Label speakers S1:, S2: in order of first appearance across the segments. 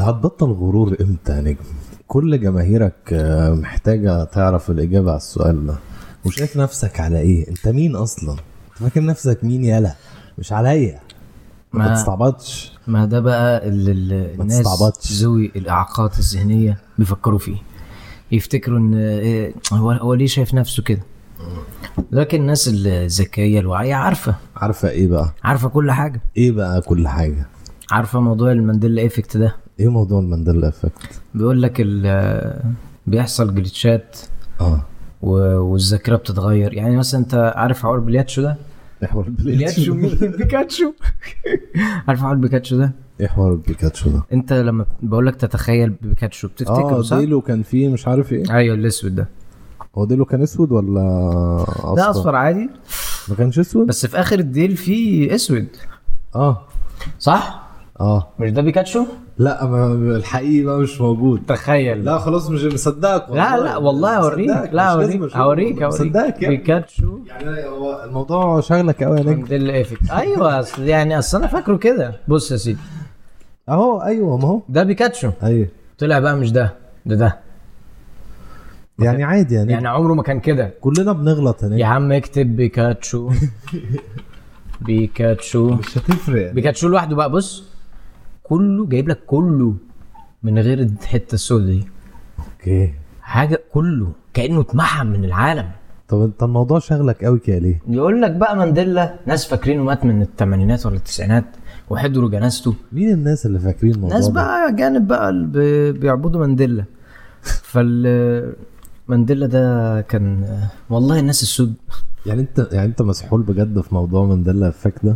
S1: هتبطل غرور امتى يا نجم؟ كل جماهيرك آه، محتاجه تعرف الاجابه على السؤال ده وشايف نفسك على ايه؟ انت مين اصلا؟ انت فاكر نفسك مين يالا؟ مش عليا ما
S2: ما-
S1: تستعبطش
S2: ما ده بقى اللي اللي
S1: ما
S2: الناس
S1: تستعبطش.
S2: ذوي الاعاقات الذهنيه بيفكروا فيه يفتكروا ان إيه، هو هو ليه شايف نفسه كده لكن الناس الذكيه الواعيه عارفه
S1: عارفه ايه بقى؟
S2: عارفه كل حاجه
S1: ايه بقى كل حاجه؟
S2: عارفه موضوع المانديلا ايفكت ده
S1: ايه موضوع المانديلا افكت؟
S2: بيقول لك ال- بيحصل جليتشات
S1: اه
S2: و- والذاكره بتتغير يعني مثلا انت عارف حوار بلياتشو ده
S1: احور
S2: بلياتشو
S1: البيكاتشو
S2: مين؟ بيكاتشو عارف حوار بيكاتشو ده
S1: احور البيكاتشو ده
S2: انت لما بقول لك تتخيل بيكاتشو بتفتكره
S1: اه
S2: صح؟
S1: ديلو كان فيه مش عارف ايه
S2: ايوه الاسود ده
S1: هو ديلو كان اسود ولا اصفر؟
S2: ده اصفر عادي
S1: ما كانش اسود؟
S2: بس في اخر الديل فيه اسود
S1: اه
S2: صح؟
S1: اه
S2: مش ده بيكاتشو؟
S1: لا ما الحقيقي بقى مش موجود
S2: تخيل
S1: لا خلاص مش مصدقك
S2: لا لا والله هوريك لا هوريك هوريك هوريك
S1: مصدقك يعني
S2: بيكاتشو
S1: يعني هو الموضوع شغلك قوي يا نجم
S2: ده الايفكت ايوه اصل يعني اصل انا فاكره كده بص يا سيدي
S1: اهو ايوه ما هو
S2: ده بيكاتشو
S1: ايوه
S2: طلع بقى مش ده ده ده
S1: يعني عادي يعني,
S2: يعني عمره ما كان كده
S1: كلنا بنغلط يا نجم
S2: يا عم اكتب بيكاتشو بيكاتشو
S1: مش هتفرق يعني.
S2: بيكاتشو لوحده بقى بص كله جايب لك كله من غير الحته السوداء دي
S1: اوكي
S2: حاجه كله كانه اتمحى من العالم
S1: طب انت الموضوع شغلك قوي كده ليه؟
S2: يقول لك بقى مانديلا ناس فاكرينه مات من الثمانينات ولا التسعينات وحضروا جنازته
S1: مين الناس اللي فاكرين الموضوع
S2: ناس
S1: ده؟
S2: بقى جانب بقى اللي بي- بيعبدوا مانديلا فال مانديلا ده كان والله الناس السود
S1: يعني انت يعني انت مسحول بجد في موضوع مانديلا افكت ده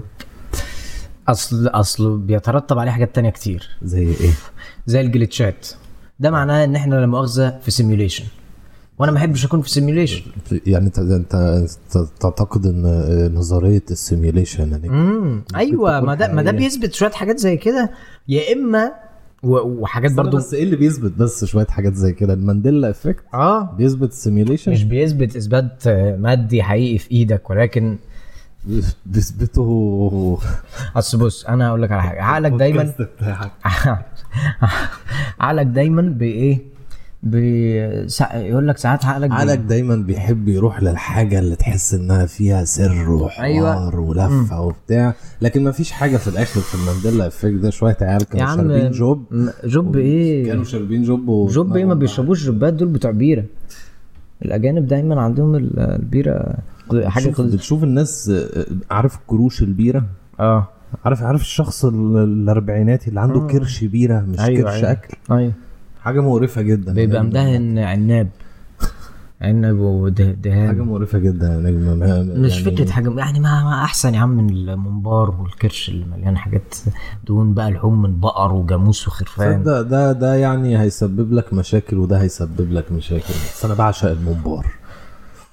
S2: اصل اصل بيترتب عليه حاجات تانية كتير
S1: زي ايه؟
S2: زي الجليتشات ده معناه ان احنا لا مؤاخذه في سيميوليشن وانا ما احبش اكون في سيميوليشن
S1: يعني انت انت انت تعتقد ان نظريه السيميوليشن يعني
S2: امم ايوه ما ده ما ده
S1: حقيقية.
S2: بيثبت شويه حاجات زي كده يا اما و- وحاجات برضو
S1: بس ايه اللي بيثبت بس شويه حاجات زي كده المانديلا افكت
S2: اه
S1: بيثبت السيميوليشن
S2: مش بيثبت اثبات آه، مادي حقيقي في ايدك ولكن
S1: بيثبته
S2: اصل بص انا هقول لك على حاجه عقلك دايما
S1: البودكاست بتاعك.
S2: عقلك دايما بايه بي... سا- يقول لك ساعات عقلك بي-
S1: عقلك دايما بيحب يروح للحاجه اللي تحس انها فيها سر وحوار
S2: أيوة.
S1: أيوة. ولفه وبتاع لكن ما فيش حاجه في الاخر في المانديلا افكت ده شويه عيال
S2: يا
S1: كانوا
S2: عم،
S1: شاربين جوب
S2: م- جوب ايه
S1: كانوا شاربين جوب و...
S2: جوب ايه ما بيشربوش جوبات دول بتوع بيره الاجانب دايما عندهم ال- البيره ق- حاجه
S1: بتشوف,
S2: قد-
S1: بتشوف الناس آه، عارف كروش البيره
S2: اه
S1: عارف عارف الشخص ال- الاربعيناتي اللي عنده كرش بيره مش
S2: آه.
S1: أيوة
S2: أيوة،
S1: كرش
S2: أيوة.
S1: أيوة. اكل
S2: ايوه
S1: حاجه مقرفه جدا
S2: بيبقى مدهن عناب عنب
S1: حاجه
S2: ودهان
S1: مقرفه جدا يا نجم ما-
S2: مش
S1: يعني
S2: فكره حاجه يعني ما, ما احسن يا عم من الممبار والكرش اللي مليان حاجات دهون بقى لحوم من بقر وجاموس وخرفان
S1: تصدق ده ده يعني هيسبب لك مشاكل وده هيسبب لك مشاكل بس انا بعشق الممبار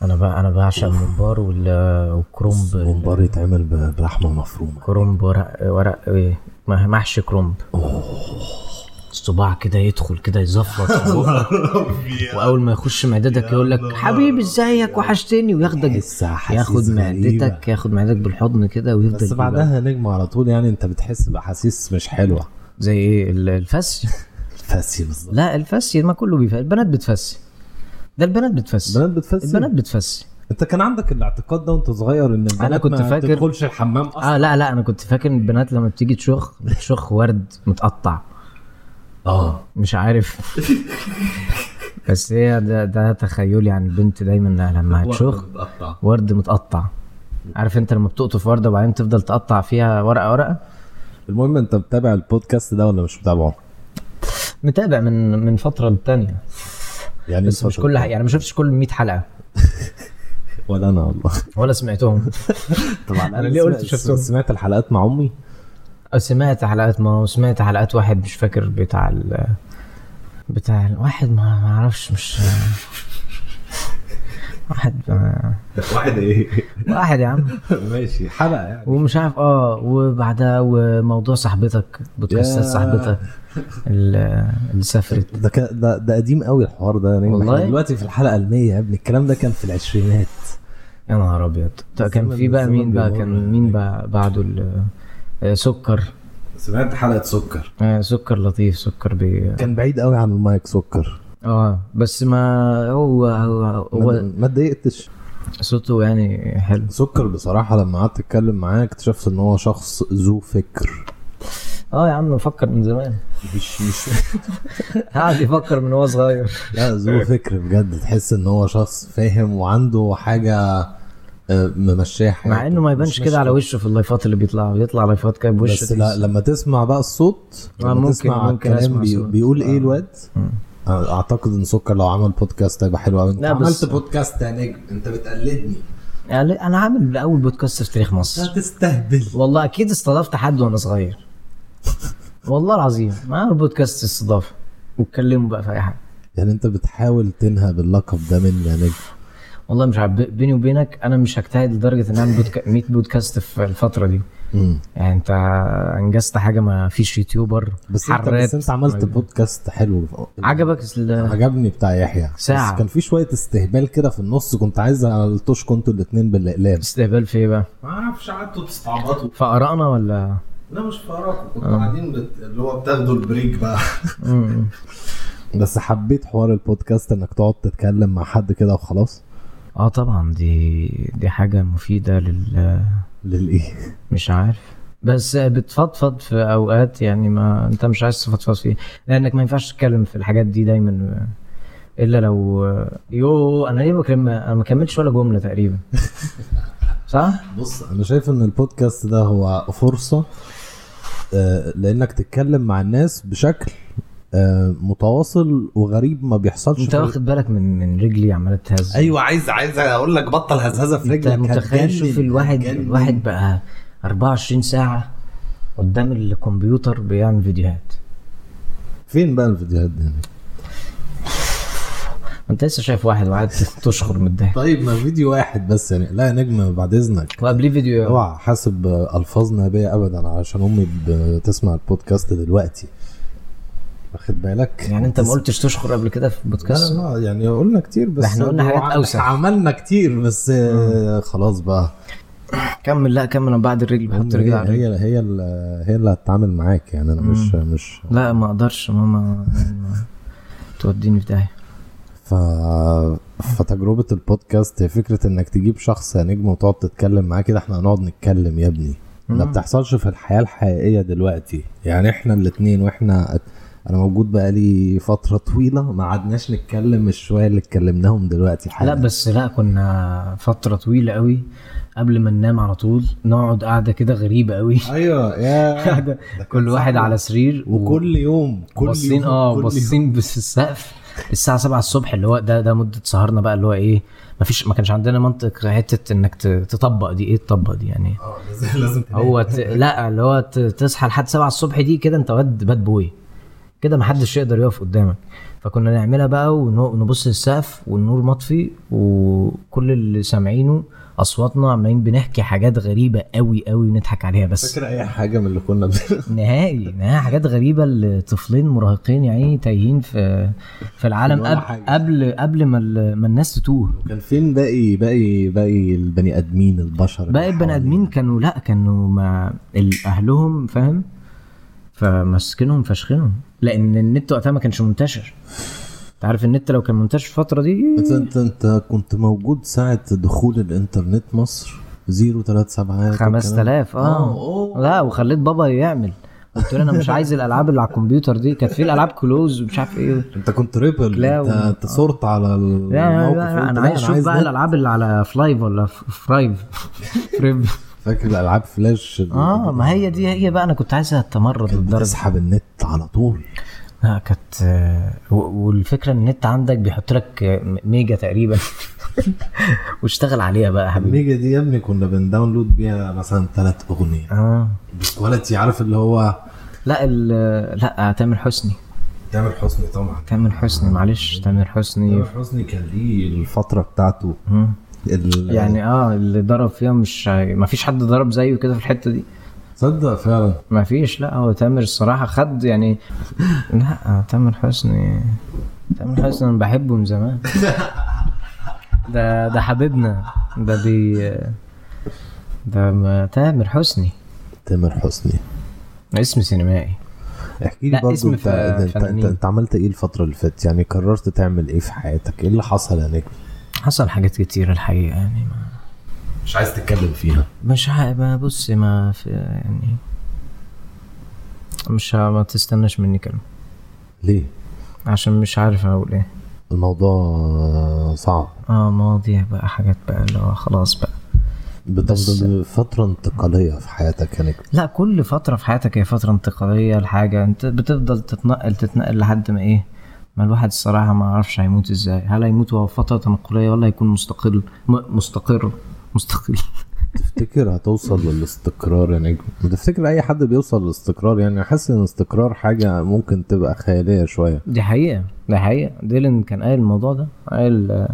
S2: انا بقى انا بعشق الممبار وال- والكرنب
S1: الممبار يتعمل ب- بلحمه مفرومه
S2: كرنب ورق ورق إيه؟ مح- محشي كرنب الصباع كده يدخل كده يزفر في بقك. واول ما يخش معدتك يقول لك حبيبي ازيك وحشتني وياخدك
S1: تحس أحاسيس
S2: ياخد
S1: غريبة.
S2: معدتك ياخد معدتك بالحضن كده ويفضل
S1: بس
S2: يجيبك.
S1: بعدها نجم على طول يعني انت بتحس باحاسيس مش حلوه
S2: زي ايه ال- الفسي
S1: فاسي بالظبط
S2: لا الفسي ما كله بيفسي البنات بتفسي ده البنات بتفسي
S1: البنات بتفسي
S2: البنات بتفسي
S1: انت كان عندك الاعتقاد ده وانت صغير ان البنات
S2: كنت
S1: ما
S2: فاكر-
S1: تدخلش الحمام اصلا
S2: اه لا لا انا كنت فاكر إن البنات لما بتيجي تشخ بتشخ ورد متقطع
S1: اه
S2: مش عارف بس هي ده ده تخيلي عن البنت دايما إنها لما هتشخ
S1: بتقطع
S2: ورد متقطع عارف انت لما بتقطف ورده وبعدين تفضل تقطع فيها ورقه ورقه
S1: المهم انت متابع البودكاست ده ولا مش متابعه؟
S2: متابع من من فتره للتانيه
S1: يعني
S2: بس
S1: انت
S2: مش كل ح- يعني ما شفتش كل 100 حلقه
S1: ولا انا والله
S2: ولا سمعتهم
S1: طبعا
S2: أنا ليه قلت شفتهم؟
S1: سمعت الحلقات مع امي
S2: سمعت حلقات ما وسمعت حلقات واحد مش فاكر بتاع ال بتاع ال- واحد ما ما اعرفش مش واحد ما-
S1: واحد ايه
S2: واحد يا عم
S1: ماشي حلقه يعني
S2: ومش عارف اه وبعدها وموضوع صاحبتك بودكاستات
S1: يا.
S2: صاحبتك ال- اللي سافرت
S1: ده كان- ده ده قديم قوي الحوار ده يعني
S2: والله؟
S1: والله دلوقتي في الحلقه ال 100 يا ابني الكلام ده كان في العشرينات
S2: يا نهار ابيض طب كان
S1: الزمن-
S2: في بقى
S1: الزمن
S2: مين بقى
S1: بيمر
S2: كان مين بقى بعده ال- آه، سكر
S1: سمعت حلقه سكر
S2: آه سكر لطيف سكر بي
S1: كان بعيد قوي عن المايك سكر
S2: اه بس ما هو هو,
S1: ما
S2: هو
S1: ما اتضايقتش
S2: صوته يعني حلو
S1: سكر بصراحه لما قعدت اتكلم معاه اكتشفت ان هو شخص ذو فكر
S2: اه يا عم مفكر من زمان
S1: مش مش
S2: قعد يفكر من وهو صغير
S1: لا ذو فكر بجد تحس ان هو شخص فاهم وعنده حاجه آه، ممشيه حياته.
S2: مع انه ما يبانش
S1: مش
S2: كده على
S1: ماشية.
S2: وشه في اللايفات اللي بيطلعوا بيطلع لايفات كده بوشه
S1: بس لا لما تسمع بقى الصوت
S2: آه،
S1: لما
S2: ممكن-
S1: تسمع
S2: ممكن
S1: الكلام
S2: أسمع
S1: بي...
S2: صوت.
S1: بيقول ايه
S2: آه.
S1: الواد
S2: مم.
S1: آه، اعتقد ان سكر لو عمل بودكاست هيبقى حلو قوي انت
S2: لا، بس-
S1: عملت بودكاست يا نجم انت بتقلدني
S2: يعني انا عامل اول بودكاست في تاريخ مصر
S1: انت هتستهبل
S2: والله اكيد استضفت حد وانا صغير والله العظيم ما هو بودكاست استضافه واتكلموا بقى في اي حاجه
S1: يعني انت بتحاول تنهب اللقب ده مني يا نجم
S2: والله مش عارف ب- بيني وبينك انا مش هجتهد لدرجه ان اعمل بودكا... 100 بودكاست في الفتره دي
S1: مم.
S2: يعني انت انجزت حاجه ما فيش يوتيوبر
S1: بس انت بس انت عملت
S2: طيب.
S1: بودكاست حلو
S2: عجبك ال-
S1: عجبني بتاع يحيى
S2: ساعة.
S1: بس كان في شويه استهبال كده في النص كنت عايز الطشكوا انتوا الاثنين بالاقلام
S2: الاستقبال في ايه بقى؟
S1: ما اعرفش قعدتوا تستعبطوا
S2: في ارائنا ولا
S1: لا مش في اراكم كنتوا قاعدين اللي هو بتاخدوا البريك بقى
S2: مم.
S1: بس حبيت حوار البودكاست انك تقعد تتكلم مع حد كده وخلاص
S2: اه طبعا دي دي حاجه مفيده لل
S1: للايه
S2: مش عارف بس بتفضفض في اوقات يعني ما انت مش عايز تفضفض فيه لانك ما ينفعش تتكلم في الحاجات دي دايما الا لو يو انا ليه بكلم انا ما كملتش ولا جمله تقريبا صح؟
S1: بص انا شايف ان البودكاست ده هو فرصه آه، لانك تتكلم مع الناس بشكل آه، متواصل وغريب ما بيحصلش
S2: انت
S1: في-
S2: واخد بالك من من رجلي عماله تهز
S1: ايوه عايز عايز اقول لك بطل هزهزه في
S2: انت
S1: رجلك هتجنن،
S2: متخيل شوف الواحد
S1: هتجنن.
S2: الواحد بقى 24 ساعه قدام الكمبيوتر بيعمل فيديوهات
S1: فين بقى الفيديوهات دي
S2: انت لسه شايف واحد وقعد تشخر من الضحك
S1: طيب ما فيديو واحد بس يعني لا يا نجم بعد اذنك
S2: وقبليه فيديو
S1: اوعى حاسب الفاظ نابيه ابدا علشان امي بتسمع البودكاست دلوقتي واخد بالك
S2: يعني انت ما قلتش تشخر قبل كده في
S1: لا
S2: بودكاست
S1: لا يعني قلنا كتير بس
S2: ده احنا قلنا حاجات
S1: وع-
S2: أوسع.
S1: عملنا كتير بس آه، خلاص بقى
S2: كمل لا كمل انا بعد الرجل بحط
S1: هي
S2: رجلي على الرجل
S1: هي هي ال- هي اللي هتتعامل معاك يعني انا مش مش
S2: لا ما اقدرش ماما ما- توديني في داهيه
S1: ف... فتجربة البودكاست هي فكرة انك تجيب شخص يا نجم وتقعد تتكلم معاه كده احنا هنقعد نتكلم يا ابني ما بتحصلش في الحياة الحقيقية دلوقتي يعني احنا الاتنين واحنا انا موجود بقالي فترة طويلة ما عدناش نتكلم الشوية اللي اتكلمناهم دلوقتي
S2: لا
S1: حالا
S2: بس لا كنا فتره طويله قوي قبل ما ننام على طول نقعد قاعده كده غريبه قوي
S1: ايوه يا
S2: قاعده كل واحد على سرير و-
S1: وكل يوم كل
S2: باصين
S1: يوم
S2: اه
S1: كل يوم.
S2: باصين بس السقف الساعه 7 الصبح اللي هو ده ده مده سهرنا بقى اللي هو ايه ما فيش ما كانش عندنا منطق حته انك ت- تطبق دي ايه تطبق دي يعني
S1: اه لازم- لازم تنام.
S2: هو ت... لا اللي هو ت... تصحى لحد 7 الصبح دي كده انت واد باد بوي كده محدش يقدر يقف قدامك فكنا نعملها بقى ونبص للسقف والنور مطفي وكل اللي سامعينه اصواتنا عمالين بنحكي حاجات غريبه قوي قوي ونضحك عليها بس
S1: فاكر اي حاجة من اللي كنا بن-
S2: نهائي نهائي حاجات غريبه لطفلين مراهقين يعني تايهين في في العالم
S1: ولا
S2: قبل
S1: حاجة.
S2: قبل قبل ما, ال... ما الناس تتوه
S1: كان فين باقي باقي باقي البني ادمين البشر اللي
S2: باقي البني
S1: حوالينا؟
S2: ادمين كانوا لا كانوا ما ال- اهلهم فاهم فماسكينهم فشخينهم لان النت وقتها ما كانش منتشر انت عارف النت لو كان منتشر الفتره دي
S1: انت انت انت كنت موجود ساعة دخول الانترنت مصر 037
S2: 5000 اه
S1: اه
S2: لا وخليت بابا يعمل قلت له انا مش عايز الالعاب اللي على الكمبيوتر دي كانت في الالعاب كلوز ومش عارف ايه
S1: انت كنت ريبل
S2: لا،
S1: انت
S2: و-
S1: انت صرت على الموقف
S2: لا لا, إيه؟ لا,
S1: قلت
S2: انا عايز اشوف بقى
S1: نت.
S2: الالعاب اللي على فلايف ولا ف- فرايف فريف
S1: فاكر الالعاب فلاش اللي
S2: اه ما هي دي هي بقى انا كنت عايزها التمرد
S1: كانت
S2: للدرجه
S1: بتسحب النت على طول
S2: لا كانت آه، و- والفكره ان النت عندك بيحط لك آه، م- ميجا تقريبا واشتغل عليها بقى يا حبيبي
S1: الميجا دي يا ابني كنا بنداونلود بيها مثلا ثلاث اغنية
S2: اه
S1: بكواليتي عارف اللي هو
S2: لا ال- لا تامر حسني
S1: تامر حسني طبعا
S2: تامر حسني معلش تامر حسني
S1: تامر حسني كان ليه الفترة بتاعته
S2: مم.
S1: ال-
S2: يعني اه اللي ضرب فيها مش هي- ما فيش حد ضرب زيه كده في الحته دي
S1: تصدق فعلا
S2: ما فيش لا هو تامر الصراحه خد يعني لا تامر حسني تامر حسني انا بحبه من زمان ده ده حبيبنا ده بي ده ما- تامر حسني
S1: تامر حسني
S2: اسم سينمائي
S1: احكي لي
S2: لا، اسم
S1: برضه انت
S2: ف-
S1: انت, انت,
S2: فنانين.
S1: انت عملت ايه الفتره اللي فاتت يعني قررت تعمل ايه في حياتك ايه اللي حصل يا نجم
S2: حصل حاجات كتيرة الحقيقة يعني ما
S1: مش عايز تتكلم فيها
S2: مش ه- ما بص ما في يعني مش ه- ما تستناش مني كلمة
S1: ليه
S2: عشان مش عارف اقول ايه
S1: الموضوع صعب
S2: اه مواضيع بقى حاجات بقى اللي هو خلاص بقى
S1: بتفضل فتره انتقاليه في حياتك يا نجم
S2: لا كل فترة في حياتك هي فترة انتقالية لحاجة انت بتفضل تتنقل تتنقل لحد ما ايه ما الواحد الصراحة ما يعرفش هيموت ازاي هل هيموت وهو في فترة تنقلية ولا هيكون مستقل م- مستقر مستقل
S1: تفتكر هتوصل للاستقرار يا نجم تفتكر اي حد بيوصل للاستقرار يعني حاسس ان الاستقرار حاجه ممكن تبقى خياليه شويه
S2: دي حقيقة دي حقيقة ديلن كان قايل الموضوع ده قايل آه،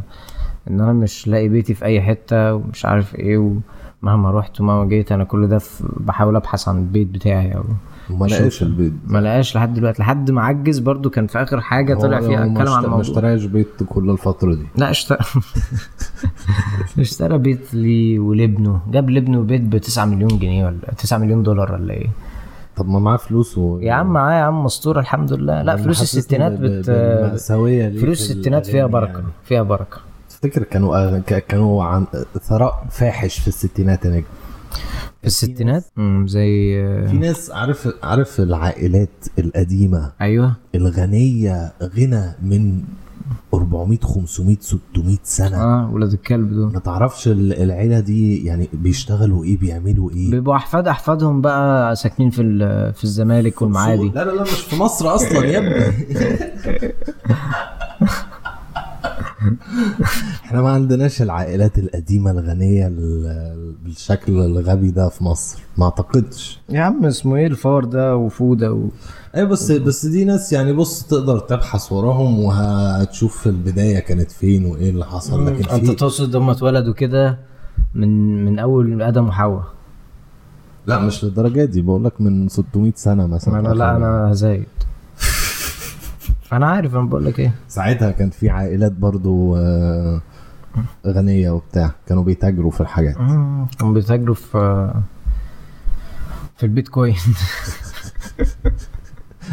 S2: ان انا مش لاقي بيتي في اي حتة ومش عارف ايه ومهما رحت ومهما جيت انا كل ده في- بحاول ابحث عن البيت بتاعي او
S1: وما لقاش البيت
S2: ما لقاش لحد دلوقتي لحد ما عجز برضو كان في اخر حاجة طلع
S1: هو-
S2: فيها
S1: هو ما
S2: اتكلم عن
S1: اشت- ما
S2: الموضوع
S1: اشتراش بيت كل الفتره دي
S2: لا اشترى اشترى بيت لي ولابنه جاب لابنه بيت ب 9 مليون جنيه ولا 9 مليون دولار ولا ايه
S1: طب ما معاه فلوس و...
S2: يا عم معايا يا عم مستوره الحمد لله لا
S1: أنا
S2: فلوس
S1: حاسسني
S2: الستينات
S1: ب-
S2: بت
S1: بالمأساوية ليه
S2: فلوس
S1: في
S2: الستينات فيها
S1: الأغاني
S2: بركه
S1: يعني.
S2: فيها بركه
S1: تفتكر كانوا ك- كانوا عن ثراء فاحش في الستينات يا نجم
S2: في الستينات امم زي
S1: في ناس عارف عارف العائلات القديمه
S2: ايوه
S1: الغنيه غنى من 400 500 600 سنه
S2: اه ولاد الكلب دول
S1: ما تعرفش ال- العيله دي يعني بيشتغلوا ايه بيعملوا ايه
S2: بيبقوا احفاد احفادهم بقى ساكنين في ال- في الزمالك والمعادي
S1: لا لا لا مش في مصر اصلا يا ابني احنا ما عندناش العائلات القديمه الغنيه ال- بالشكل الغبي ده في مصر ما اعتقدش
S2: يا عم اسمه ايه الفار ده وفوده و...
S1: اي أيوة، بس بس دي ناس يعني بص تقدر تبحث وراهم وهتشوف البدايه كانت فين وايه اللي حصل لكن
S2: انت
S1: في
S2: تقصد هم اتولدوا كده من من اول ادم وحواء
S1: لا مش للدرجه دي بقول لك من 600 سنه مثلا
S2: انا لا انا زايد انا عارف انا بقول لك ايه
S1: ساعتها كان في عائلات برضو آه، غنيه وبتاع كانوا بيتاجروا في الحاجات
S2: كانوا بيتاجروا في في البيتكوين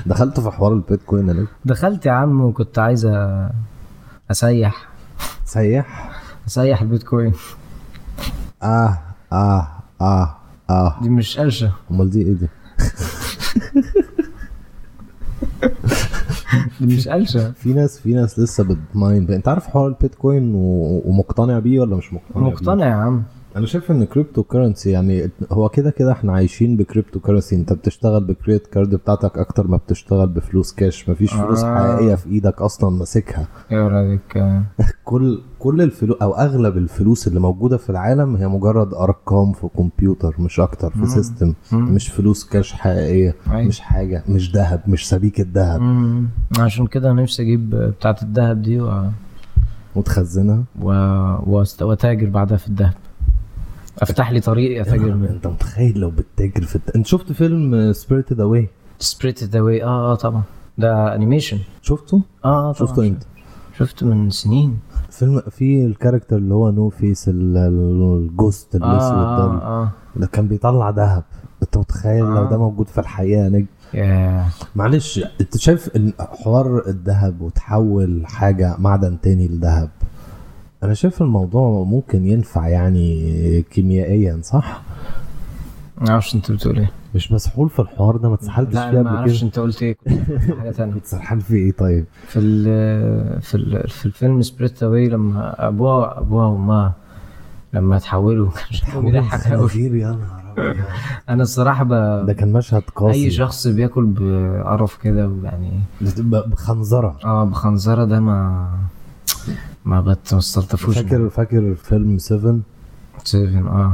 S1: دخلت في حوار البيتكوين انا
S2: دخلت يا عم وكنت عايز أ- اسيح
S1: سيح
S2: اسيح البيتكوين
S1: اه اه اه اه
S2: دي مش قرشه
S1: امال دي ايه دي؟
S2: دي مش قرشه
S1: في ناس في ناس لسه بتماين انت عارف حوار البيتكوين و... ومقتنع بيه ولا مش مقتنع؟ بيه؟
S2: مقتنع يا عم
S1: انا شايف ان كريبتو كرنسي يعني هو كده كده احنا عايشين بكريبتو كرنسي انت بتشتغل بكريدت كارد بتاعتك اكتر ما بتشتغل بفلوس كاش مفيش فلوس
S2: آه.
S1: حقيقيه في ايدك اصلا ماسكها
S2: يا ولدك
S1: كل كل الفلوس او اغلب الفلوس اللي موجوده في العالم هي مجرد ارقام في كمبيوتر مش اكتر في سيستم مش فلوس كاش حقيقيه
S2: أيوة.
S1: مش حاجه مش ذهب مش سبيكه ذهب
S2: مم. عشان كده نفسي اجيب بتاعه الذهب دي و...
S1: وتخزنها
S2: و... وأست- واتاجر بعدها في الذهب افتح لي طريق اتاجر بيه
S1: انت متخيل لو بتتاجر في الت- انت شفت فيلم سبيريتد اواي
S2: سبريت اواي اه اه طبعا ده انيميشن
S1: شفته
S2: اه آه، طبعا
S1: شفته انت
S2: شفته من سنين
S1: فيلم في الكاركتر اللي هو نو فيس ال- ال- الجوست الاسود
S2: اه
S1: ده
S2: اه
S1: ده كان بيطلع ذهب انت متخيل لو
S2: آه.
S1: ده موجود في الحقيقه يا نجم
S2: ياه
S1: معلش انت شايف ان حوار الذهب وتحول حاجه معدن تاني لذهب انا شايف الموضوع ممكن ينفع يعني كيميائيا صح
S2: ما اعرفش انت بتقول ايه
S1: مش مسحول في الحوار ده ما اتسحلتش
S2: لا
S1: فيه
S2: انا ما
S1: قبل
S2: اعرفش
S1: كده
S2: انت قلت ايه كنت بتقول حاجه ثانيه
S1: اتسحل في ايه طيب
S2: في ال في ال في الفيلم سبريت اواي لما ابوها ابوها وامها لما اتحولوا كان شكلهم بيضحك قوي
S1: خنازير يا نهار أبيض.
S2: انا الصراحه ب...
S1: ده كان مشهد
S2: اي
S1: قاسي
S2: شخص بياكل بقرف كده ويعني
S1: ب- بخنزره
S2: اه بخنزره ده ما ما بت- ما استلطفوش
S1: فاكر فاكر فيلم 7
S2: سيفن اه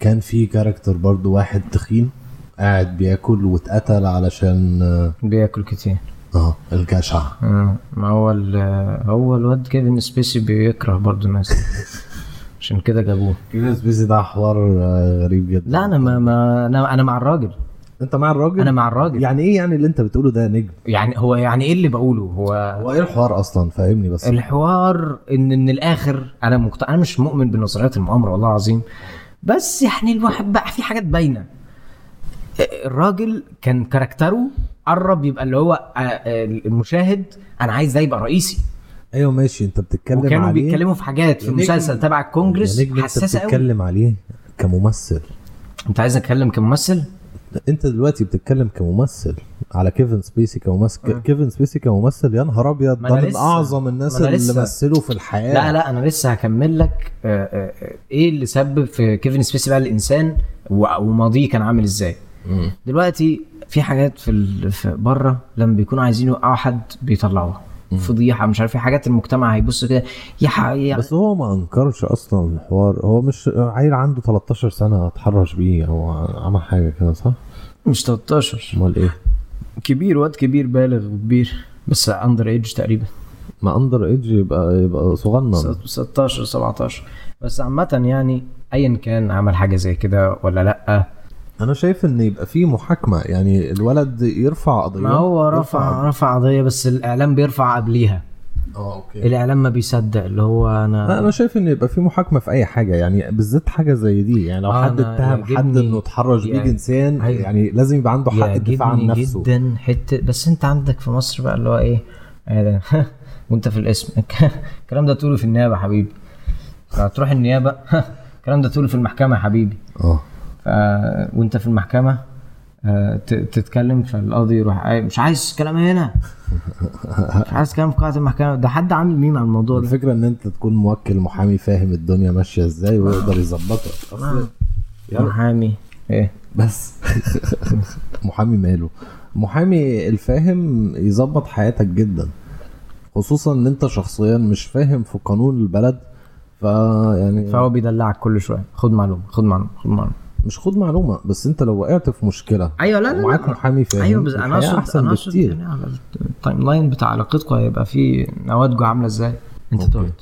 S1: كان في كاركتر برضو واحد تخين قاعد بياكل واتقتل علشان
S2: بياكل كتير
S1: اه الجشع
S2: آه، ما هو ال- هو الواد كيفن سبيسي بيكره برضه الناس عشان كده جابوه
S1: كيفن سبيسي ده حوار آه، غريب جدا
S2: لا انا ما, ما انا انا مع الراجل
S1: انت مع الراجل
S2: انا مع الراجل
S1: يعني ايه يعني اللي انت بتقوله ده يا نجم
S2: يعني هو يعني ايه اللي بقوله هو
S1: هو ايه الحوار اصلا فاهمني بس
S2: الحوار ان من الاخر انا مقت... انا مش مؤمن بنظريات المؤامره والله العظيم بس يعني الواحد بقى في حاجات باينه الراجل كان كاركتره قرب يبقى اللي هو آه، آه، المشاهد انا عايز ده يبقى رئيسي
S1: ايوه ماشي انت بتتكلم
S2: وكانوا
S1: عليه
S2: بيتكلموا في حاجات في
S1: يا نجم-
S2: المسلسل تبع الكونجرس
S1: يا نجم
S2: حساسه
S1: انت
S2: قوي
S1: بتتكلم عليه كممثل
S2: انت عايز اتكلم كممثل
S1: انت دلوقتي بتتكلم كممثل على كيفن سبيسي كممثل كيفن سبيسي كممثل يا نهار ابيض
S2: آه. ما أنا
S1: ده من
S2: لسه-
S1: اعظم الناس
S2: ما أنا
S1: اللي
S2: لسه.
S1: مثلوا في الحياه
S2: لا لا انا لسه هكمل لك آه، آه، آه، ايه اللي سبب في كيفن سبيسي بقى الانسان و- وماضيه كان عامل ازاي
S1: مم.
S2: دلوقتي في حاجات في, ال- في بره لما بيكونوا عايزين يوقعوا حد بيطلعوها فضيحه مش عارف ايه حاجات المجتمع هيبص كده يا ح- يا
S1: بس هو ما انكرش اصلا الحوار هو مش عيل عنده 13 سنه اتحرش بيه هو عمل حاجه كده صح
S2: مش 13
S1: امال ايه
S2: كبير واد كبير بالغ كبير بس اندر ايدج تقريبا
S1: ما اندر ايدج يبقى يبقى صغنن
S2: 16 17 بس عامه يعني ايا كان عمل حاجه زي كده ولا لا
S1: انا شايف ان يبقى في محاكمه يعني الولد يرفع قضيه
S2: ما هو
S1: يرفع
S2: رفع رفع قضيه بس الاعلام بيرفع قبليها
S1: اه اوكي
S2: الاعلام ما بيصدق اللي هو
S1: لا
S2: انا
S1: انا شايف ان يبقى في محاكمه في اي حاجه يعني بالذات حاجه زي دي يعني لو
S2: آه،
S1: حد
S2: أنا
S1: اتهم حد
S2: يعجبني-
S1: انه اتحرش بيه
S2: يعني-
S1: جنسيا
S2: أيوة.
S1: يعني لازم يبقى عنده حق الدفاع عن
S2: يعجبني
S1: نفسه
S2: جدا حته بس انت عندك في مصر بقى اللي هو ايه إيه ده؟ وانت في الاسم الكلام ده تقوله في النيابه يا حبيبي هتروح النيابه الكلام ده تقوله في المحكمه يا حبيبي
S1: اه
S2: ف... وانت في المحكمه آه، ت- تتكلم فالقاضي يروح قايل، مش عايز كلام هنا مش عايز كلام في قاعه المحكمه ده حد عامل ميم على الموضوع ده
S1: الفكره ان انت تكون موكل محامي فاهم الدنيا ماشيه ازاي ويقدر يظبطك
S2: آه.
S1: أصل- يلا.
S2: محامي ايه
S1: بس محامي ماله محامي الفاهم يظبط حياتك جدا خصوصا ان انت شخصيا مش فاهم في قانون البلد يعني فيعني
S2: فهو بيدلعك كل شويه خد معلومه خد معلومه خد معلومه
S1: مش خد معلومه بس انت لو وقعت في مشكله
S2: ايوه لا لا
S1: ومعاك
S2: لا
S1: محامي فاهم
S2: ايوه بس انا
S1: الحياة
S2: اقصد
S1: احسن
S2: انا اقصد
S1: بكتير
S2: يعني على التايم لاين بتاع علاقتكم هيبقى فيه نوادجه عامله ازاي؟ انت
S1: أوكي.
S2: تقعد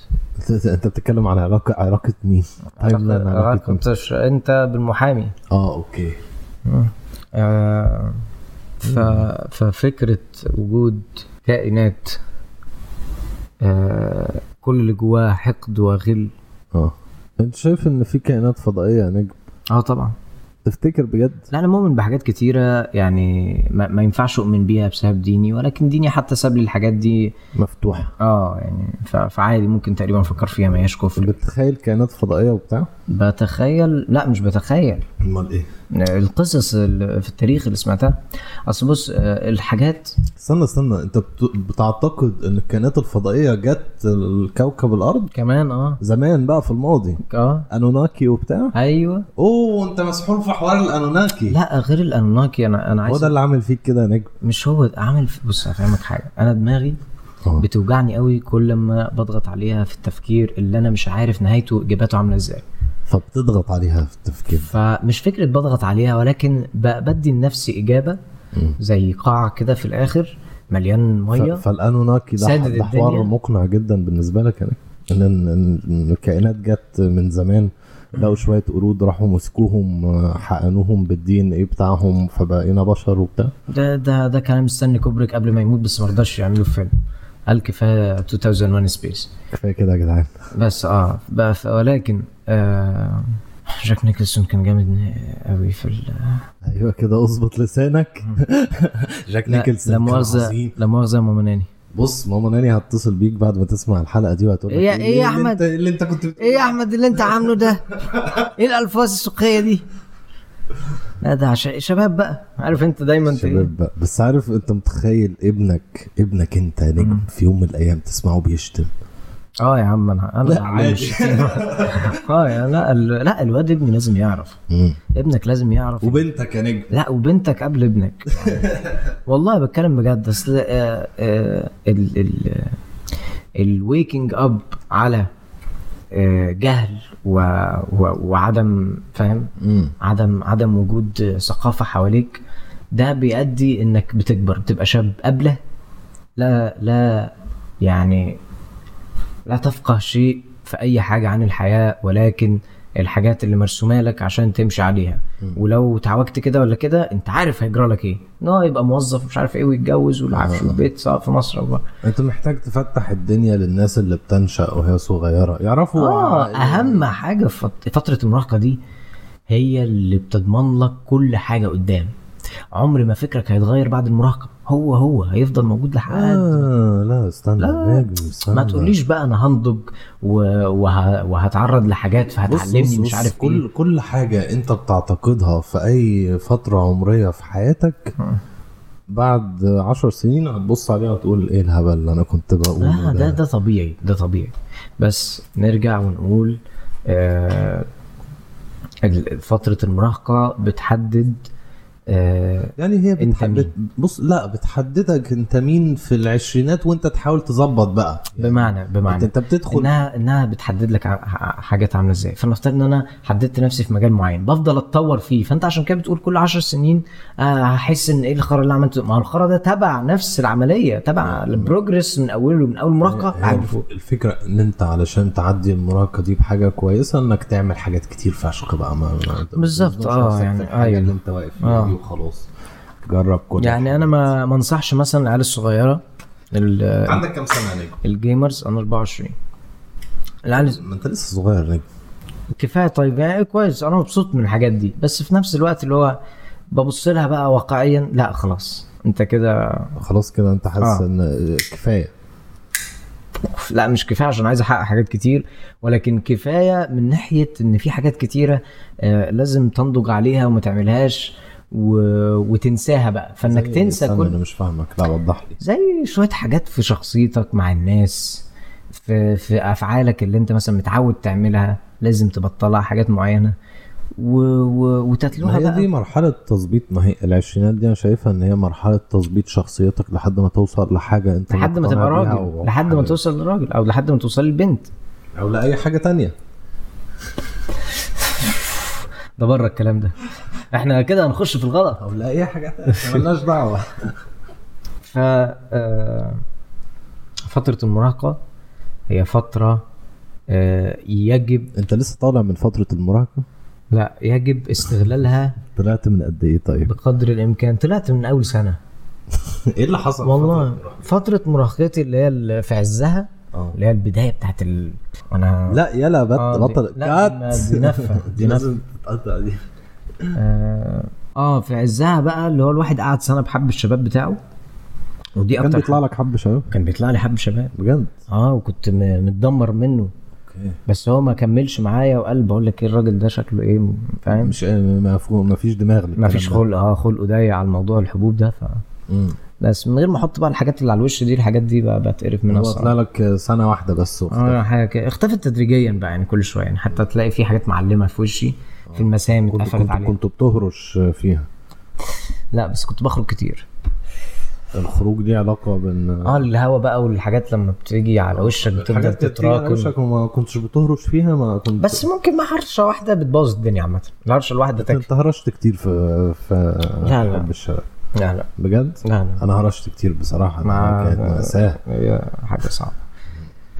S1: انت- انت بتتكلم على علاقه علاقه مين؟ تايم لاين علاقه مين؟
S2: علاقتك انت بالمحامي
S1: اه اوكي
S2: آه، ف... ففكرة وجود كائنات آه، كل اللي جواها حقد وغل
S1: اه انت شايف ان في كائنات فضائيه يا نجم
S2: اه طبعا
S1: تفتكر بجد
S2: لا انا مؤمن بحاجات كتيرة يعني ما, ما ينفعش اؤمن بيها بسبب ديني ولكن ديني حتى ساب لي الحاجات دي
S1: مفتوحه
S2: اه يعني ف... فعادي ممكن تقريبا افكر فيها ما هياش كفر
S1: بتخيل كائنات فضائيه وبتاع؟
S2: بتخيل لا مش بتخيل
S1: امال ايه؟
S2: القصص اللي في التاريخ اللي سمعتها اصل بص آه، الحاجات
S1: استنى استنى انت بت- بتعتقد ان الكائنات الفضائيه جت الكوكب الارض
S2: كمان اه
S1: زمان بقى في الماضي
S2: اه
S1: انوناكي وبتاع
S2: ايوه
S1: اوه انت مسحول في حوار الانوناكي
S2: لا غير الانوناكي انا انا
S1: هو
S2: عايز
S1: ده اللي عامل فيك كده يا نجم
S2: مش هو عامل في- بص هفهمك حاجه انا دماغي
S1: آه.
S2: بتوجعني قوي كل لما بضغط عليها في التفكير اللي انا مش عارف نهايته اجاباته عامله ازاي
S1: فبتضغط عليها في التفكير
S2: فمش فكره بضغط عليها ولكن ب- بدي لنفسي اجابه
S1: مم.
S2: زي قاع كده في الاخر مليان ميه
S1: ف- فالانوناكي ده
S2: سادد
S1: ده حوار
S2: الدنيا.
S1: مقنع جدا بالنسبه لك يعني ان إن- إن الكائنات جت من زمان لقوا شويه قرود راحوا مسكوهم آه، حقنوهم بالدين ايه بتاعهم فبقينا بشر وبتاع
S2: ده ده ده كلام ستانلي كوبريك قبل ما يموت بس ما رضاش يعمله في فيلم قال كفايه 2001 سبيس
S1: كفايه كده يا جدعان
S2: بس اه ب- ف- ولكن آه جاك نيكلسون كان جامد قوي في ال
S1: ايوه كده اظبط لسانك جاك
S2: لا
S1: نيكلسون
S2: لا
S1: كان
S2: مؤاخذه
S1: عظيم.
S2: لا مؤاخذه يا ماما ناني
S1: بص ماما ناني هتصل بيك بعد ما تسمع الحلقه دي وهتقول لك
S2: إيه- إيه يا
S1: اللي انت-
S2: أحمد؟
S1: اللي انت كنت بت-
S2: ايه يا احمد اللي انت عامله ده؟ ايه الالفاظ السخيه دي؟ لا ده عشان شباب بقى عارف انت دايما انت إيه؟
S1: شباب بقى. بس عارف انت متخيل ابنك ابنك انت يا نجم في يوم من الايام تسمعه بيشتم
S2: اه يا عم انا انا
S1: لا،
S2: اللي
S1: عادي.
S2: بالشتيمة. اه يا لا ال- لا الواد ابني لازم يعرف
S1: مم.
S2: ابنك لازم يعرف
S1: وبنتك يا نجم
S2: لا وبنتك قبل ابنك والله بتكلم بجد اصل آه، آه، ال ال الويكينج اب على آه، جهل و و وعدم فاهم
S1: مم.
S2: عدم عدم وجود ثقافه حواليك ده بيؤدي انك بتكبر بتبقى شاب قبله لا لا يعني لا تفقه شيء في اي حاجه عن الحياه ولكن الحاجات اللي مرسومه لك عشان تمشي عليها ولو اتعوجت كده ولا كده انت عارف هيجرى لك ايه ان هو يبقى موظف مش عارف ايه ويتجوز والعفش
S1: آه.
S2: والبيت سواء في مصر او بره.
S1: انت محتاج تفتح الدنيا للناس اللي بتنشأ وهي صغيرة يعرفوا
S2: اه اهم حاجه في فت- فتره المراهقه دي هي اللي بتضمن لك كل حاجه قدام عمر ما فكرك هيتغير بعد المراهقه هو هو هيفضل موجود لحد
S1: آه لا استنى
S2: لا،
S1: نجم استنى
S2: ما تقوليش بقى انا هنضج و... وه... وهتعرض لحاجات
S1: بص، بص،
S2: فهتعلمني
S1: بص،
S2: مش عارف
S1: كل
S2: ايه
S1: كل حاجه انت بتعتقدها في اي فتره عمريه في حياتك
S2: آه.
S1: بعد عشر سنين هتبص عليها وتقول ايه الهبل اللي انا كنت بقوله
S2: آه ده ده طبيعي ده طبيعي بس نرجع ونقول آه ال- فتره المراهقه بتحدد آه
S1: يعني هي
S2: أنت
S1: بتحدد بص لا بتحددك انت مين في العشرينات وانت تحاول تظبط بقى
S2: بمعنى
S1: انت
S2: بمعنى
S1: انت بتدخل
S2: انها انها بتحدد لك ع- ع- حاجات عامله ازاي فلنفترض ان انا حددت نفسي في مجال معين بفضل اتطور فيه فانت عشان كده بتقول كل 10 سنين آه، هحس ان ايه الخرا اللي عملته ما هو الخرا ده تبع نفس العمليه تبع البروجرس من اوله من اول مراهقه
S1: يعني هي
S2: لحد
S1: الف-
S2: فوق
S1: الفكره ان انت علشان تعدي المراهقه دي بحاجه كويسه انك تعمل حاجات كتير فشخ بقى ما ما-
S2: بالظبط،
S1: مش
S2: آه،
S1: نفسك في
S2: يعني،
S1: الحاجة
S2: أيوة.
S1: اللي انت واقف فيها
S2: آه.
S1: دي وخلاص جرب كل
S2: يعني انا ما ما انصحش مثلا العيال الصغيره ال-
S1: عندك كام سنه يا نجم؟
S2: الجيمرز انا 24 العيال
S1: ما انت لسه صغير نجم
S2: كفايه طيب يعني كويس انا مبسوط من الحاجات دي بس في نفس الوقت اللي هو ببص لها بقى واقعيا لا خلاص انت كده
S1: خلاص كده انت حاسس
S2: آه.
S1: ان آه، كفايه
S2: لا مش كفايه عشان عايز احقق حاجات كتير ولكن كفايه من ناحيه ان في حاجات كتيره آه، لازم تنضج عليها وما تعمليهاش و... وتنساها بقى فانك
S1: زي-
S2: تنسى
S1: استنى، انا
S2: كل
S1: مش فاهمك لا وضح لي
S2: زي شويه حاجات في شخصيتك مع الناس في في افعالك اللي انت مثلا متعود تعملها لازم تبطلها حاجات معينه و... و...
S1: ما
S2: وتتلوها
S1: هي دي
S2: بقى
S1: مرحلة تظبيط ما هي العشرينات دي أنا شايفها إن هي مرحلة تظبيط شخصيتك لحد ما توصل لحاجة أنت
S2: لحد ما
S1: مقتنع
S2: تبقى
S1: بيها
S2: راجل
S1: أو-
S2: لحد ما توصل لراجل او لحد ما توصل للبنت
S1: أو لأي حاجة تانية
S2: ده بره الكلام ده احنا كده هنخش في الغلط
S1: أو لأي حاجة تانية ملناش دعوة
S2: ف آه، فترة المراهقة هي فترة آه، يجب
S1: أنت لسه طالع من فترة المراهقة
S2: لا يجب استغلالها
S1: طلعت من قد إيه طيب؟
S2: بقدر الامكان طلعت من اول سنة
S1: إيه اللي حصل؟
S2: والله فترة مراهقتي اللي هي ال- في عزها
S1: آه.
S2: اللي هي البداية بتاعت ال... انا
S1: لا يلا بط...
S2: آه، دي-
S1: بطل
S2: لا، دي-
S1: كات.
S2: دي نفة، دي
S1: دي لازم تتقطع دي
S2: آه... اه في عزها بقى اللي هو الواحد قعد سنة بحب الشباب بتاعه ودي
S1: كان
S2: اكتر
S1: بيطلع لك حب شباب
S2: كان بيطلع لي حب شباب
S1: بجد
S2: اه وكنت م- متدمر منه
S1: أوكي.
S2: بس هو ما كملش معايا وقال بقول لك ايه الراجل ده شكله ايه فاهم
S1: مش مفهوم مفيش دماغ
S2: ما فيش خلق اه خلقه ضيق على الموضوع الحبوب ده ف بس من غير ما احط بقى الحاجات اللي على الوش دي الحاجات دي بقى بتقرف منها
S1: هو طلع
S2: الصراحه
S1: لك سنة واحدة بس
S2: اه
S1: وخلاص.
S2: حاجه كده اختفت تدريجيا بقى يعني كل شويه يعني حتى تلاقي في حاجات معلمه في وشي في المسام
S1: كنت
S2: اتقفلت
S1: كنت
S2: عليها
S1: كنت بتهرش فيها
S2: لا بس كنت بخرج كتير
S1: الخروج ليه علاقة بان
S2: اه الهوا بقى والحاجات لما بتيجي على وشك بتبدا
S1: آه، حاجات كتير على
S2: تتراكم
S1: وشك وما كنتش بتهرش فيها ما كنت
S2: بس ممكن مع هرشه واحده بتبوظ الدنيا عامه الهرشه الواحده تكفي
S1: انت هرشت كتير في في
S2: لا، لا.
S1: حب الشباب
S2: لا لا
S1: بجد
S2: لا لا
S1: انا هرشت كتير بصراحة
S2: ما-
S1: كانت مأساة
S2: هي حاجه صعبه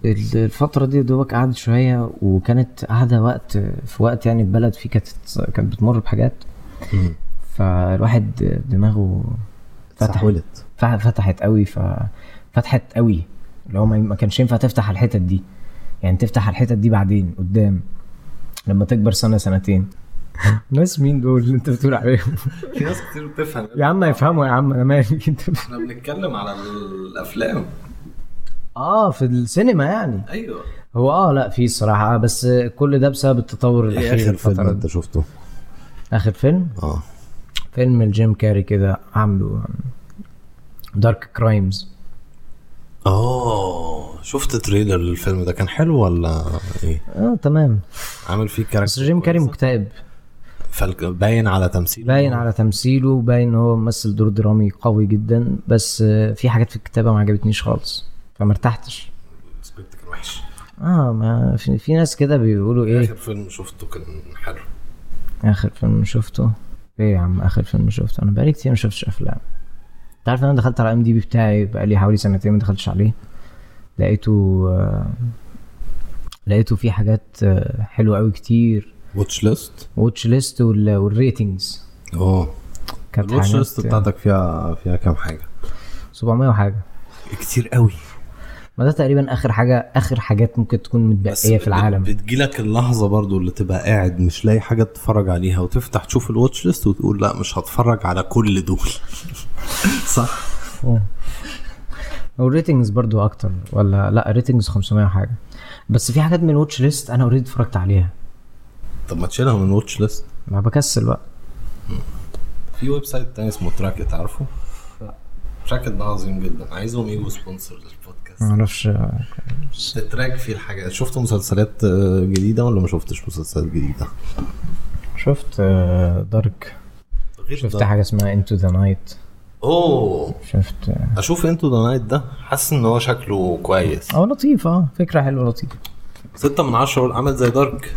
S2: ال- الفترة دي دوبك قعدت شوية وكانت قاعدة وقت في وقت يعني البلد فيه كانت كانت بتمر بحاجات
S1: مم.
S2: فالواحد دماغه فتح
S1: اتسحولت
S2: ف- فتحت قوي ففتحت قوي اللي هو ما- ما كانش ينفع تفتح الحتت دي يعني تفتح الحتت دي بعدين قدام لما تكبر سنة سنتين ناس مين دول اللي انت بتقول عليهم؟
S3: في ناس كتير بتفهم
S2: يا عم يفهموا يا عم انا مالي انت
S3: احنا بنتكلم على الافلام
S2: اه في السينما يعني
S3: ايوه
S2: هو اه لا في الصراحه آه، بس كل ده بسبب التطور
S1: ايه
S2: الاخير
S1: اخر فيلم
S2: الفترة دي.
S1: انت شفته
S2: اخر فيلم
S1: اه
S2: فيلم الجيم كاري كده عامله آه، دارك كرايمز
S1: اه شفت تريلر للفيلم ده كان حلو ولا ايه
S2: اه تمام
S1: عامل فيه كاركتر
S2: بس جيم كاري مكتئب
S1: باين على تمثيل
S2: باين على تمثيله وباين ان هو ممثل دور درامي قوي جدا بس آه، في حاجات في الكتابه ما عجبتنيش خالص فما ارتحتش
S1: السكريبت كان وحش
S2: اه ما في, في ناس كده بيقولوا ايه
S1: اخر فيلم شفته كان حلو
S2: اخر فيلم شفته ايه يا عم اخر فيلم شفته انا بقالي كتير ما شفتش افلام انت عارف إن انا دخلت على ام دي بي بتاعي بقالي حوالي سنتين ما دخلتش عليه لقيته آه، لقيته فيه حاجات آه، حلوه قوي كتير
S1: واتش ليست
S2: واتش ليست والريتنجز
S1: اه
S2: كانت
S1: الواتش
S2: حاجات
S1: ليست بتاعتك فيها فيها كام حاجه
S2: 700 وحاجه
S1: كتير قوي
S2: ما ده تقريبا اخر حاجه اخر حاجات ممكن تكون متبقيه في العالم
S1: بتجيلك اللحظه برضو اللي تبقى قاعد مش لاقي حاجه تتفرج عليها وتفتح تشوف الواتش ليست وتقول لا مش هتفرج على كل دول صح
S2: اه. والريتنجز برضو اكتر ولا لا ريتنجز 500 وحاجه بس في حاجات من الواتش ليست انا اوريدي اتفرجت عليها
S1: طب ما تشيلها من الواتش ليست
S2: ما بكسل بقى
S1: في ويب سايت تاني اسمه تراكت عارفه تراكت ده عظيم جدا عايزهم يجوا سبونسر
S2: ما
S1: للبودكاست
S2: اعرفش
S1: تراك فيه الحاجات شفت مسلسلات آه، جديده ولا ما شفتش مسلسلات جديده
S2: شفت آه، دارك
S1: غير
S2: شفت
S1: ده.
S2: حاجه اسمها انتو ذا نايت
S1: اوه
S2: شفت
S1: اشوف انتو ذا نايت ده حاسس ان هو شكله كويس
S2: اه لطيف اه فكره حلوه لطيفه
S1: ستة من عشرة قول عمل زي دارك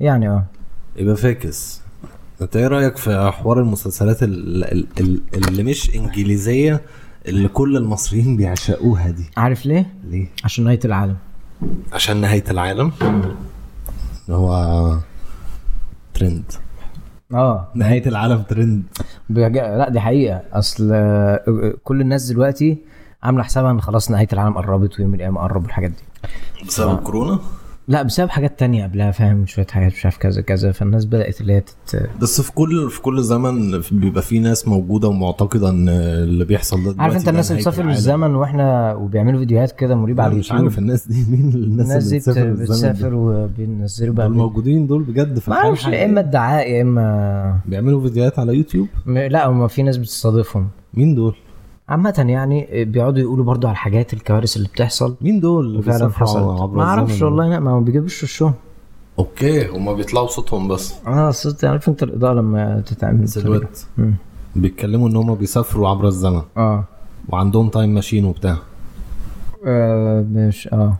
S2: يعني اه
S1: يبقى فاكس انت ايه رايك في حوار المسلسلات ال- ال- ال- اللي مش انجليزيه اللي كل المصريين بيعشقوها دي
S2: عارف ليه؟
S1: ليه
S2: عشان نهايه العالم
S1: عشان نهايه العالم هو ترند
S2: اه
S1: نهايه العالم ترند
S2: بيج- لا دي حقيقه اصل آه، كل الناس دلوقتي عامله حسابها ان خلاص نهايه العالم قربت ويوم القيامه قرب والحاجات دي
S1: بسبب كورونا
S2: لا بسبب حاجات تانية قبلها فاهم شويه حاجات مش عارف كذا كذا فالناس بدات اللي هي تت...
S1: بس في كل في كل زمن بيبقى في ناس موجوده ومعتقده ان اللي بيحصل ده دلوقتي
S2: عارف انت
S1: ده
S2: الناس اللي
S1: نهاية
S2: بتسافر
S1: العالم.
S2: بالزمن واحنا وبيعملوا فيديوهات كده مريبه على
S1: أنا مش
S2: اليوتيوب
S1: عارف الناس دي مين الناس,
S2: الناس
S1: اللي
S2: دي بت-
S1: بتسافر بالزمن دي.
S2: بتسافر وبينزلوا بقى فيديو.
S1: الموجودين دول بجد في
S2: ما
S1: الحياة
S2: اعرفش يا
S1: الحقيقية
S2: اما ادعاء يا اما
S1: بيعملوا فيديوهات على يوتيوب
S2: م- لا هما في ناس بتستضيفهم
S1: مين دول
S2: عامة يعني بيقعدوا يقولوا برضو على الحاجات الكوارث اللي بتحصل
S1: مين دول اللي
S2: وفعلا
S1: بيسافروا
S2: حصلت
S1: عبر
S2: ما اعرفش
S1: الزمن؟
S2: والله لا ما هو بيجيبوش وشهم
S1: اوكي هما بيطلعوا صوتهم بس
S2: اه صوت عارف انت الاضاءة لما تتعمل بطريقة-
S1: سلوات
S2: مم.
S1: بيتكلموا ان هما بيسافروا عبر الزمن
S2: اه
S1: وعندهم تايم ماشين وبتاع
S2: آه، مش اه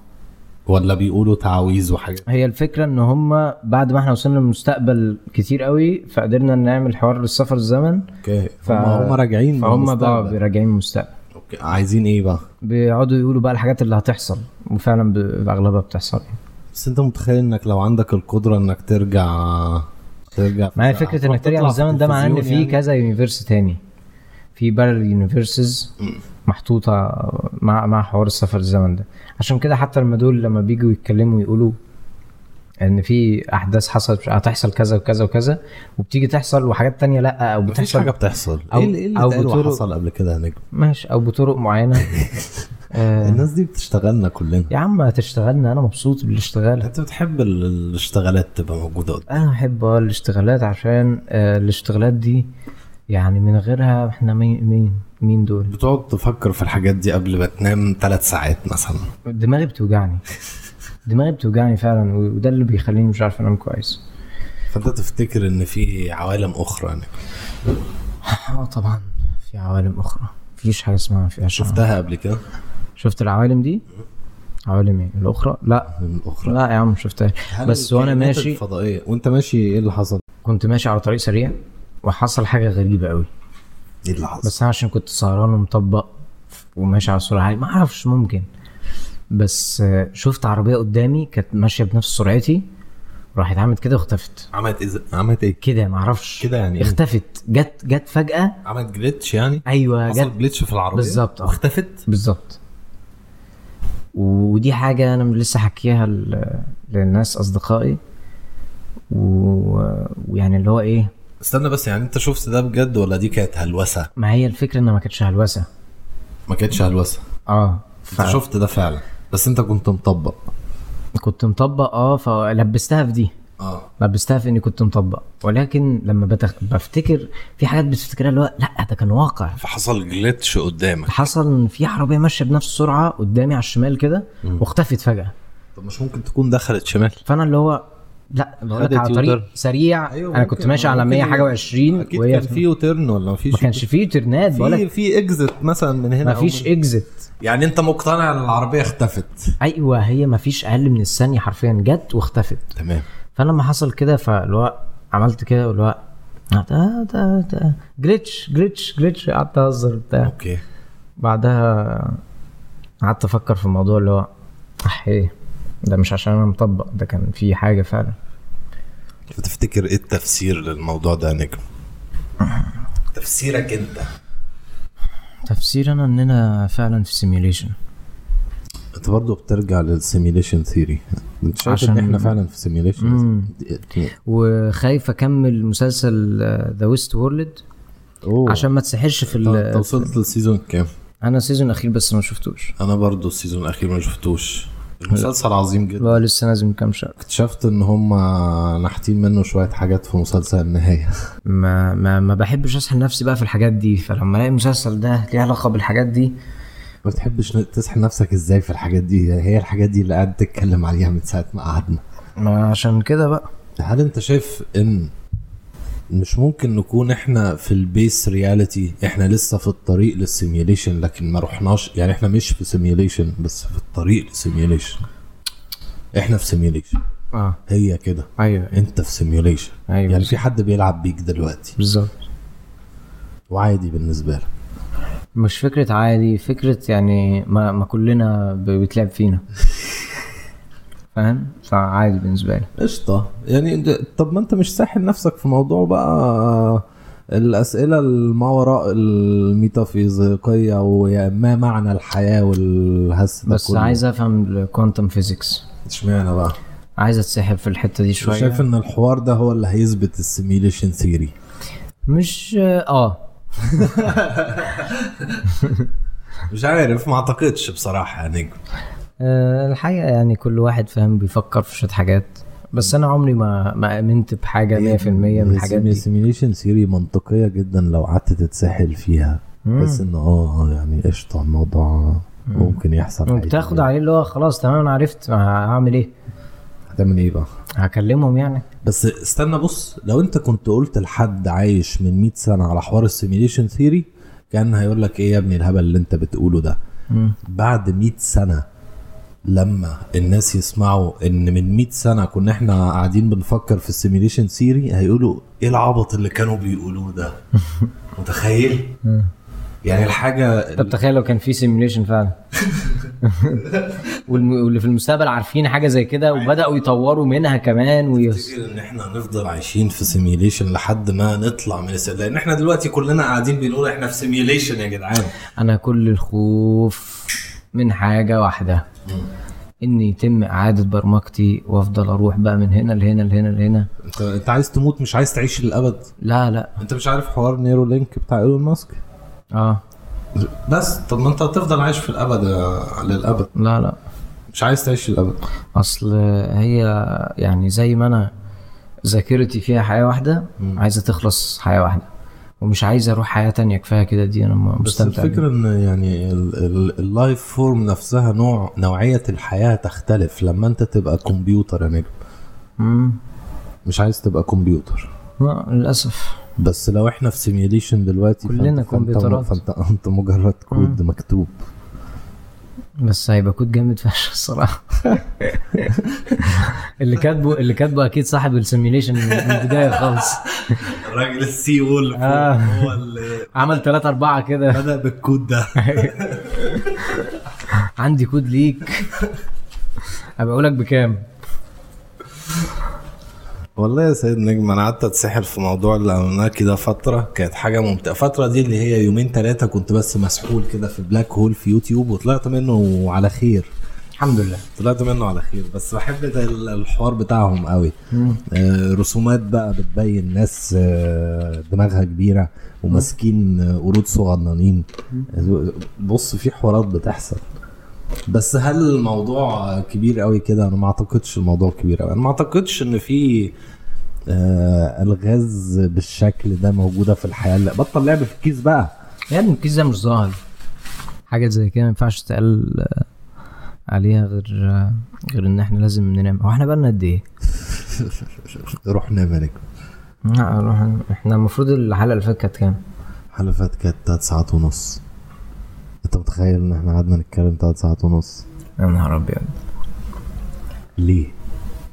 S1: ولا بيقولوا تعاويذ وحاجات
S2: هي الفكرة ان هم بعد ما احنا وصلنا للمستقبل كتير قوي فقدرنا نعمل حوار للسفر الزمن
S1: اوكي
S2: ف-
S1: هما هما راجعين من
S2: فهم بقى
S1: المستقبل.
S2: راجعين من المستقبل
S1: اوكي عايزين ايه بقى
S2: بيقعدوا يقولوا بقى الحاجات اللي هتحصل وفعلا ب- اغلبها بتحصل
S1: بس انت متخيل انك لو عندك القدره انك ترجع ترجع
S2: ما هي فكره انك ترجع
S1: هتطلع
S2: بالزمن ده معناه ان في
S1: التلفزيون يعني.
S2: كذا يونيفرس تاني في بارل يونيفرسز محطوطه مع مع حوار السفر الزمن ده عشان كده حتى لما دول لما بيجوا يتكلموا يقولوا ان في احداث حصلت هتحصل كذا وكذا وكذا وبتيجي تحصل وحاجات تانية لا او
S1: مفيش
S2: بتحصل
S1: حاجه بتحصل
S2: أو-
S1: ايه اللي, إيه اللي
S2: أو
S1: اتقال
S2: بطرق-
S1: وحصل قبل كده يا نجم
S2: ماشي او بطرق معينه آه
S1: الناس دي بتشتغلنا كلنا
S2: يا عم هتشتغلنا انا مبسوط بالاشتغال
S1: انت بتحب ال- الاشتغالات تبقى موجوده قدامك.
S2: انا احب اه الاشتغالات عشان آه، الاشتغالات دي يعني من غيرها احنا مين مين مين دول
S1: بتقعد تفكر في الحاجات دي قبل ما تنام ثلاث ساعات مثلا
S2: دماغي بتوجعني دماغي بتوجعني فعلا و- وده اللي بيخليني مش عارف انام كويس
S1: فانت تفتكر ان في عوالم اخرى يعني
S2: اه طبعا في عوالم اخرى مفيش حاجه اسمها فيها شفت
S1: شفتها قبل كده
S2: شفت العوالم دي عوالم ايه الاخرى لا
S1: من الاخرى
S2: لا يا عم شفتها
S1: هل
S2: بس وانا
S1: الكائنات
S2: ماشي
S1: الفضائيه وانت ماشي ايه اللي حصل
S2: كنت ماشي على طريق سريع وحصل حاجه غريبه قوي
S1: ايه اللي حصل
S2: بس انا عشان كنت سهران ومطبق وماشي على سرعه عاليه ما اعرفش ممكن بس آه، شفت عربيه قدامي كانت ماشيه بنفس سرعتي راحت عملت كده واختفت
S1: عملت إز... عملت ايه
S2: كده ما اعرفش
S1: كده يعني إيه؟
S2: اختفت جت جت فجاه
S1: عملت جليتش يعني
S2: ايوه
S1: حصل
S2: جت
S1: جليتش في العربيه
S2: بالظبط، آه.
S1: واختفت
S2: بالظبط ودي حاجه انا لسه حكيها ل- للناس اصدقائي و- ويعني اللي هو ايه
S1: استنى بس يعني انت شفت ده بجد ولا دي كانت هلوسه
S2: ما هي الفكره انها ما كانتش هلوسه
S1: ما كانتش هلوسه
S2: اه
S1: انت شفت ده فعلا بس انت كنت مطبق
S2: كنت مطبق اه فلبستها في دي
S1: اه
S2: لبستها في اني كنت مطبق ولكن لما بتخ... بفتكر في حاجات بتفتكرها اللي هو لا ده كان واقع
S1: فحصل جليتش قدامك
S2: حصل ان في عربيه ماشيه بنفس السرعه قدامي على الشمال كده واختفت فجاه
S1: طب مش ممكن تكون دخلت شمال
S2: فانا اللي هو لا بقول لك
S1: خدت
S2: على طريق
S1: يوتر.
S2: سريع
S1: أيوة،
S2: أيوة انا
S1: ممكن.
S2: كنت ماشي على
S1: ممكن.
S2: 100 حاجه و20
S1: اكيد كان
S2: وهي
S1: في يوتيرن ولا ما فيش
S2: ما كانش فيه ترنات بقول
S1: في
S2: لك
S1: في اكزت مثلا من هنا
S2: ما فيش
S1: إيه؟
S2: اكزت
S1: يعني انت مقتنع ان العربيه اختفت
S2: ايوه هي ما فيش اقل من الثانيه حرفيا جت واختفت
S1: تمام
S2: فلما حصل كده فاللي هو عملت كده واللي هو آه، ده ده ده جلitch جلitch جلitch قعدت اهزر بتاع
S1: اوكي
S2: بعدها قعدت افكر في الموضوع اللي هو اح ايه ده مش عشان انا مطبق ده كان في حاجه فعلا
S1: فتفتكر ايه التفسير للموضوع ده يا نجم تفسيرك انت
S2: تفسير انا اننا فعلا في سيميوليشن
S1: انت برضه بترجع للسيميليشن ثيوري انت شايف ان
S2: عشان-
S1: احنا فعلا في سيميليشن
S2: مم. وخايف اكمل مسلسل آه، ذا ويست وورلد عشان ما تسحرش في
S1: انت
S2: ال...
S1: وصلت للسيزون كام؟
S2: انا السيزون الاخير بس ما شفتوش
S1: انا برضه السيزون الاخير ما شفتوش المسلسل عظيم جدا
S2: لا لسه نازل من كام شهر
S1: اكتشفت ان هم نحتين منه شويه حاجات في مسلسل النهايه
S2: ما ما, ما بحبش اسحل نفسي بقى في الحاجات دي فلما الاقي المسلسل ده ليه علاقه بالحاجات دي
S1: ما بتحبش ن- تسحل نفسك ازاي في الحاجات دي هي الحاجات دي اللي قاعد تتكلم عليها من ساعه ما قعدنا
S2: ما عشان كده بقى
S1: هل انت شايف ان مش ممكن نكون احنا في البيس رياليتي احنا لسه في الطريق للسيميوليشن لكن ما رحناش يعني احنا مش في سيميوليشن بس في الطريق للسيميوليشن احنا في سيميوليشن
S2: اه
S1: هي كده
S2: ايوه
S1: انت في سيميوليشن
S2: ايوه
S1: أيوة. يعني في حد بيلعب بيك دلوقتي
S2: بالظبط
S1: وعادي بالنسبه لك
S2: مش فكرة عادي فكرة يعني ما, ما كلنا ب- بيتلعب فينا فاهم؟ فعادي بالنسبة لي
S1: قشطه يعني انت- طب ما انت مش ساحل نفسك في موضوع بقى الاسئله الما وراء الميتافيزيقيه وما معنى الحياه والهس ده
S2: بس
S1: كله.
S2: عايز افهم الكوانتم فيزيكس
S1: اشمعنى بقى؟
S2: عايز اتسحب في الحتة دي شوية
S1: شايف ان الحوار ده هو اللي هيثبت السيميليشن ثيوري
S2: مش اه
S1: مش عارف ما اعتقدش بصراحه يا نجم
S2: آه، الحقيقة يعني كل واحد فاهم بيفكر في شوية حاجات بس انا عمري ما ما امنت بحاجة 100% من الحاجات دي
S1: السيميليشن ثيوري منطقيه جدا لو قعدت تتسحل فيها
S2: مم.
S1: بس ان اه آه، يعني قشطه الموضوع ممكن يحصل عادي.
S2: وبتاخد عليه اللي هو خلاص تمام انا عرفت هعمل ايه
S1: هتعمل ايه بقى؟
S2: هكلمهم يعني
S1: بس استنى بص لو انت كنت قلت لحد عايش من 100 سنه على حوار السيميليشن ثيوري كان هيقول لك ايه يا ابني الهبل اللي انت بتقوله ده
S2: مم.
S1: بعد 100 سنه لما الناس يسمعوا ان من 100 سنه كنا احنا قاعدين بنفكر في السيميليشن ثيوري هيقولوا ايه العبط اللي كانوا بيقولوه ده متخيل يعني الحاجه
S2: طب تخيل لو كان في سيميوليشن فعلا والم- واللي في المستقبل عارفين حاجه زي كده وبداوا يطوروا منها كمان ويس
S1: تفتكر ان احنا هنفضل عايشين في سيميليشن لحد ما نطلع من الس- لان احنا دلوقتي كلنا قاعدين بنقول احنا في سيميليشن يا جدعان
S2: انا كل الخوف من حاجه واحده ان يتم اعاده برمجتي وافضل اروح بقى من هنا لهنا لهنا لهنا
S1: انت انت عايز تموت مش عايز تعيش للابد
S2: لا لا
S1: انت مش عارف حوار نيرو لينك بتاع ايلون ماسك
S2: اه
S1: بس طب ما انت هتفضل عايش في الابد يا- للابد
S2: لا لا
S1: مش عايز تعيش للابد
S2: اصل هي يعني زي ما انا ذاكرتي فيها حياه واحده عايزه تخلص حياه واحده ومش عايز اروح حياه تانية كفايه كده دي انا
S1: بس
S2: مستمتع بيها.
S1: الفكره ان يعني ال- ال- اللايف فورم نفسها نوع نوعيه الحياه تختلف لما انت تبقى كمبيوتر يا نجم
S2: مم.
S1: مش عايز تبقى كمبيوتر
S2: لا للاسف
S1: بس لو احنا في سيميوليشن دلوقتي فانت-
S2: كلنا
S1: فانت-
S2: كمبيوترات.
S1: فانت انت مجرد كود مكتوب
S2: بس هيبقى كود جامد فشخ الصراحه اللي كاتبه اللي كاتبه اكيد صاحب السيميوليشن من من البدايه خالص
S1: الراجل السي او اللي
S2: آه.
S1: هو اللي
S2: عمل ثلاثة أربعة كده
S1: بدا بالكود ده
S2: عندي كود ليك هبقى لك بكام
S1: والله يا سيد نجم انا قعدت اتسحل في موضوع الاموناكي ده فتره كانت حاجه ممتعه الفتره دي اللي هي يومين ثلاثه كنت بس مسحول كده في بلاك هول في يوتيوب وطلعت منه على خير
S2: الحمد لله
S1: طلعت منه على خير بس بحب ده ال- الحوار بتاعهم قوي آه رسومات بقى بتبين ناس آه دماغها كبيره وماسكين آه، قرود صغننين آه، بص في حوارات بتحصل بس هل الموضوع كبير قوي كده انا ما اعتقدش الموضوع كبير قوي انا ما اعتقدش ان في آه الغاز بالشكل ده موجوده في الحياه لا بطل لعب في الكيس بقى
S2: يا ابني الكيس ده مش ظاهر حاجة زي كده ما ينفعش تقال آه، عليها غير آه، غير ان احنا لازم ننام هو احنا بقالنا قد ايه؟
S1: روح نام يا نجم
S2: لا، روح- احنا المفروض الحلقة اللي فاتت كانت كام؟
S1: الحلقة اللي فاتت كانت تلات ساعات ونص انت متخيل ان احنا قعدنا نتكلم تلات ساعات ونص
S2: يا نهار ابيض
S1: ليه؟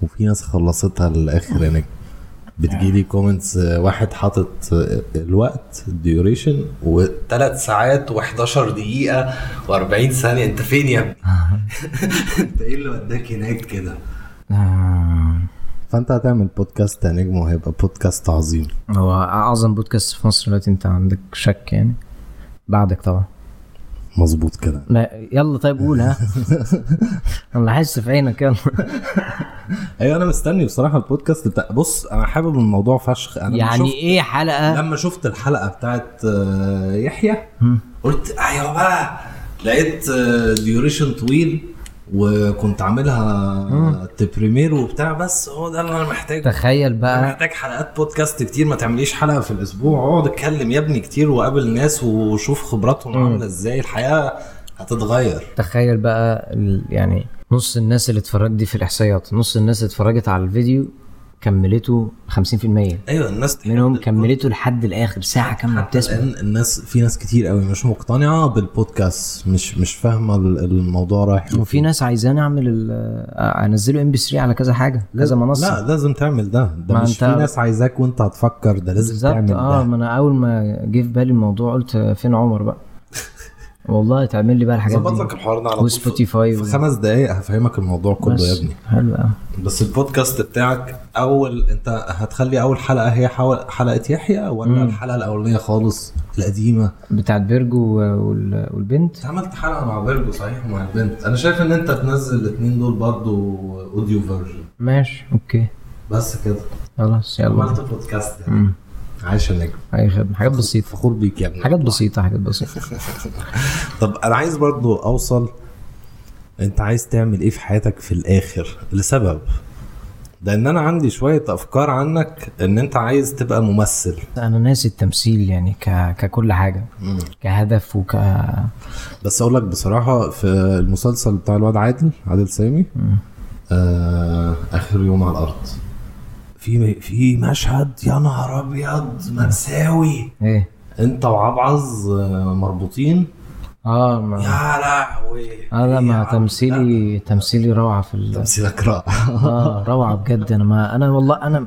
S1: وفي ناس خلصتها للاخر يعني بتجيلي كومنتس واحد حاطط آه، الوقت الديوريشن وثلاث ساعات و11 دقيقة و40 ثانية انت فين يا ابني؟ انت ايه اللي وداك هناك كده؟
S2: آه.
S1: فانت هتعمل بودكاست يا نجم وهيبقى بودكاست عظيم
S2: هو اعظم بودكاست في مصر دلوقتي انت عندك شك يعني بعدك طبعا
S1: مظبوط كده
S2: ما يلا طيب قول ها انا لاحظت في عينك يلا
S1: ايوه انا مستني بصراحه البودكاست بتاع بص انا حابب الموضوع فشخ انا لما
S2: يعني
S1: شفت-
S2: ايه حلقه
S1: لما شفت الحلقه بتاعت آه، يحيى
S2: مم.
S1: قلت ايوه بقى لقيت ديوريشن طويل وكنت عاملها تبريمير وبتاع بس هو ده اللي انا محتاجه
S2: تخيل
S1: انا
S2: بقى
S1: محتاج حلقات بودكاست كتير ما تعمليش حلقه في الاسبوع اقعد اتكلم يا ابني كتير وقابل ناس وشوف خبراتهم عامله ازاي الحياه هتتغير
S2: تخيل بقى ال- يعني نص الناس اللي اتفرجت دي في الاحصائيات نص الناس اللي اتفرجت على الفيديو كملته 50%
S1: ايوه الناس تحب
S2: منهم
S1: البودكاست.
S2: كملته لحد الاخر ساعه كامله
S1: حتى
S2: بتسمع
S1: الان الناس في ناس كتير قوي مش مقتنعه بالبودكاست مش مش فاهمه ال- الموضوع رايح فين.
S2: وفي ناس عايزاني اعمل ال- آه، انزله ام بي 3 على كذا حاجه كذا منصه
S1: لا لازم تعمل ده ده
S2: ما
S1: مش في
S2: أنت-
S1: ناس عايزاك وانت هتفكر ده لازم
S2: بالظبط
S1: تعمل
S2: اه
S1: ده
S2: ما انا اول ما جه في بالي الموضوع قلت فين عمر بقى والله تعمل لي بقى الحاجات
S1: ظبط
S2: دي
S1: لك الحوار ده على طول في-
S2: وسبوتيفاي
S1: في خمس دقايق هفهمك الموضوع كله يا ابني
S2: حلو قوي
S1: بس البودكاست بتاعك اول انت هتخلي اول حلقه هي حو- حلقه يحيى ولا الحلقه الاولانيه خالص القديمه
S2: بتاعت بيرجو وال- والبنت
S1: انت عملت حلقه مع بيرجو صحيح مع البنت انا شايف ان انت تنزل الاثنين دول برضو اوديو فيرجن
S2: ماشي اوكي
S1: بس كده
S2: خلاص يلا
S1: عملت بودكاست يعني.
S2: مم.
S1: عايش يا نجم
S2: اي خدمه حاجات بسيطه
S1: فخور بيك يا ابني
S2: حاجات بسيطه حاجات بسيطه
S1: طب انا عايز برضو اوصل انت عايز تعمل ايه في حياتك في الاخر لسبب لان انا عندي شويه افكار عنك ان انت عايز تبقى ممثل
S2: انا ناسي التمثيل يعني ك... ككل حاجه كهدف وك
S1: بس اقول لك بصراحه في المسلسل بتاع الواد عادل عادل سامي آه اخر يوم على الارض في في مشهد يا نهار ابيض مأساوي
S2: ايه
S1: انت وعبعظ آه، مربوطين
S2: اه ما...
S1: يا لهوي
S2: اه لا ما
S1: يا عم-
S2: تمثيلي تمثيلي روعه في ال...
S1: لا، تمثيلك رائع
S2: اه روعه بجد انا ما انا والله انا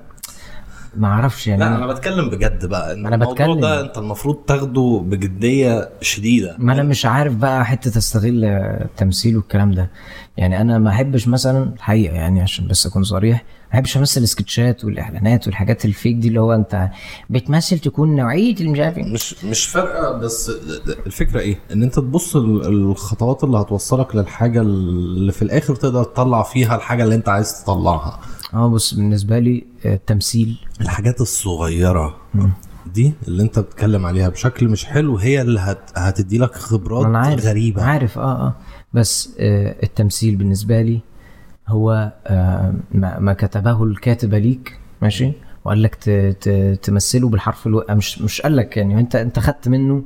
S2: ما اعرفش يعني
S1: لا انا بتكلم بجد بقى ان
S2: أنا
S1: الموضوع
S2: بتكلم.
S1: ده انت المفروض تاخده بجديه شديده
S2: ما انا مش عارف بقى حته استغل التمثيل والكلام ده يعني انا ما احبش مثلا الحقيقه يعني عشان بس اكون صريح ما احبش امثل السكتشات والاعلانات والحاجات الفيك دي اللي هو انت بتمثل تكون نوعيه اللي مش عارف إيه.
S1: مش مش فارقه بس الفكره ايه ان انت تبص ال- الخطوات اللي هتوصلك للحاجه اللي في الاخر تقدر تطلع فيها الحاجه اللي انت عايز تطلعها
S2: اه بص بالنسبه لي آه، التمثيل
S1: الحاجات الصغيره دي اللي انت بتتكلم عليها بشكل مش حلو هي اللي هت... هتدي لك خبرات
S2: انا عارف
S1: غريبه
S2: عارف اه اه بس آه التمثيل بالنسبه لي هو آه ما, ما كتبه الكاتبه ليك ماشي وقال لك ت- ت- تمثله بالحرف الو... آه، مش مش قال لك يعني انت انت خدت منه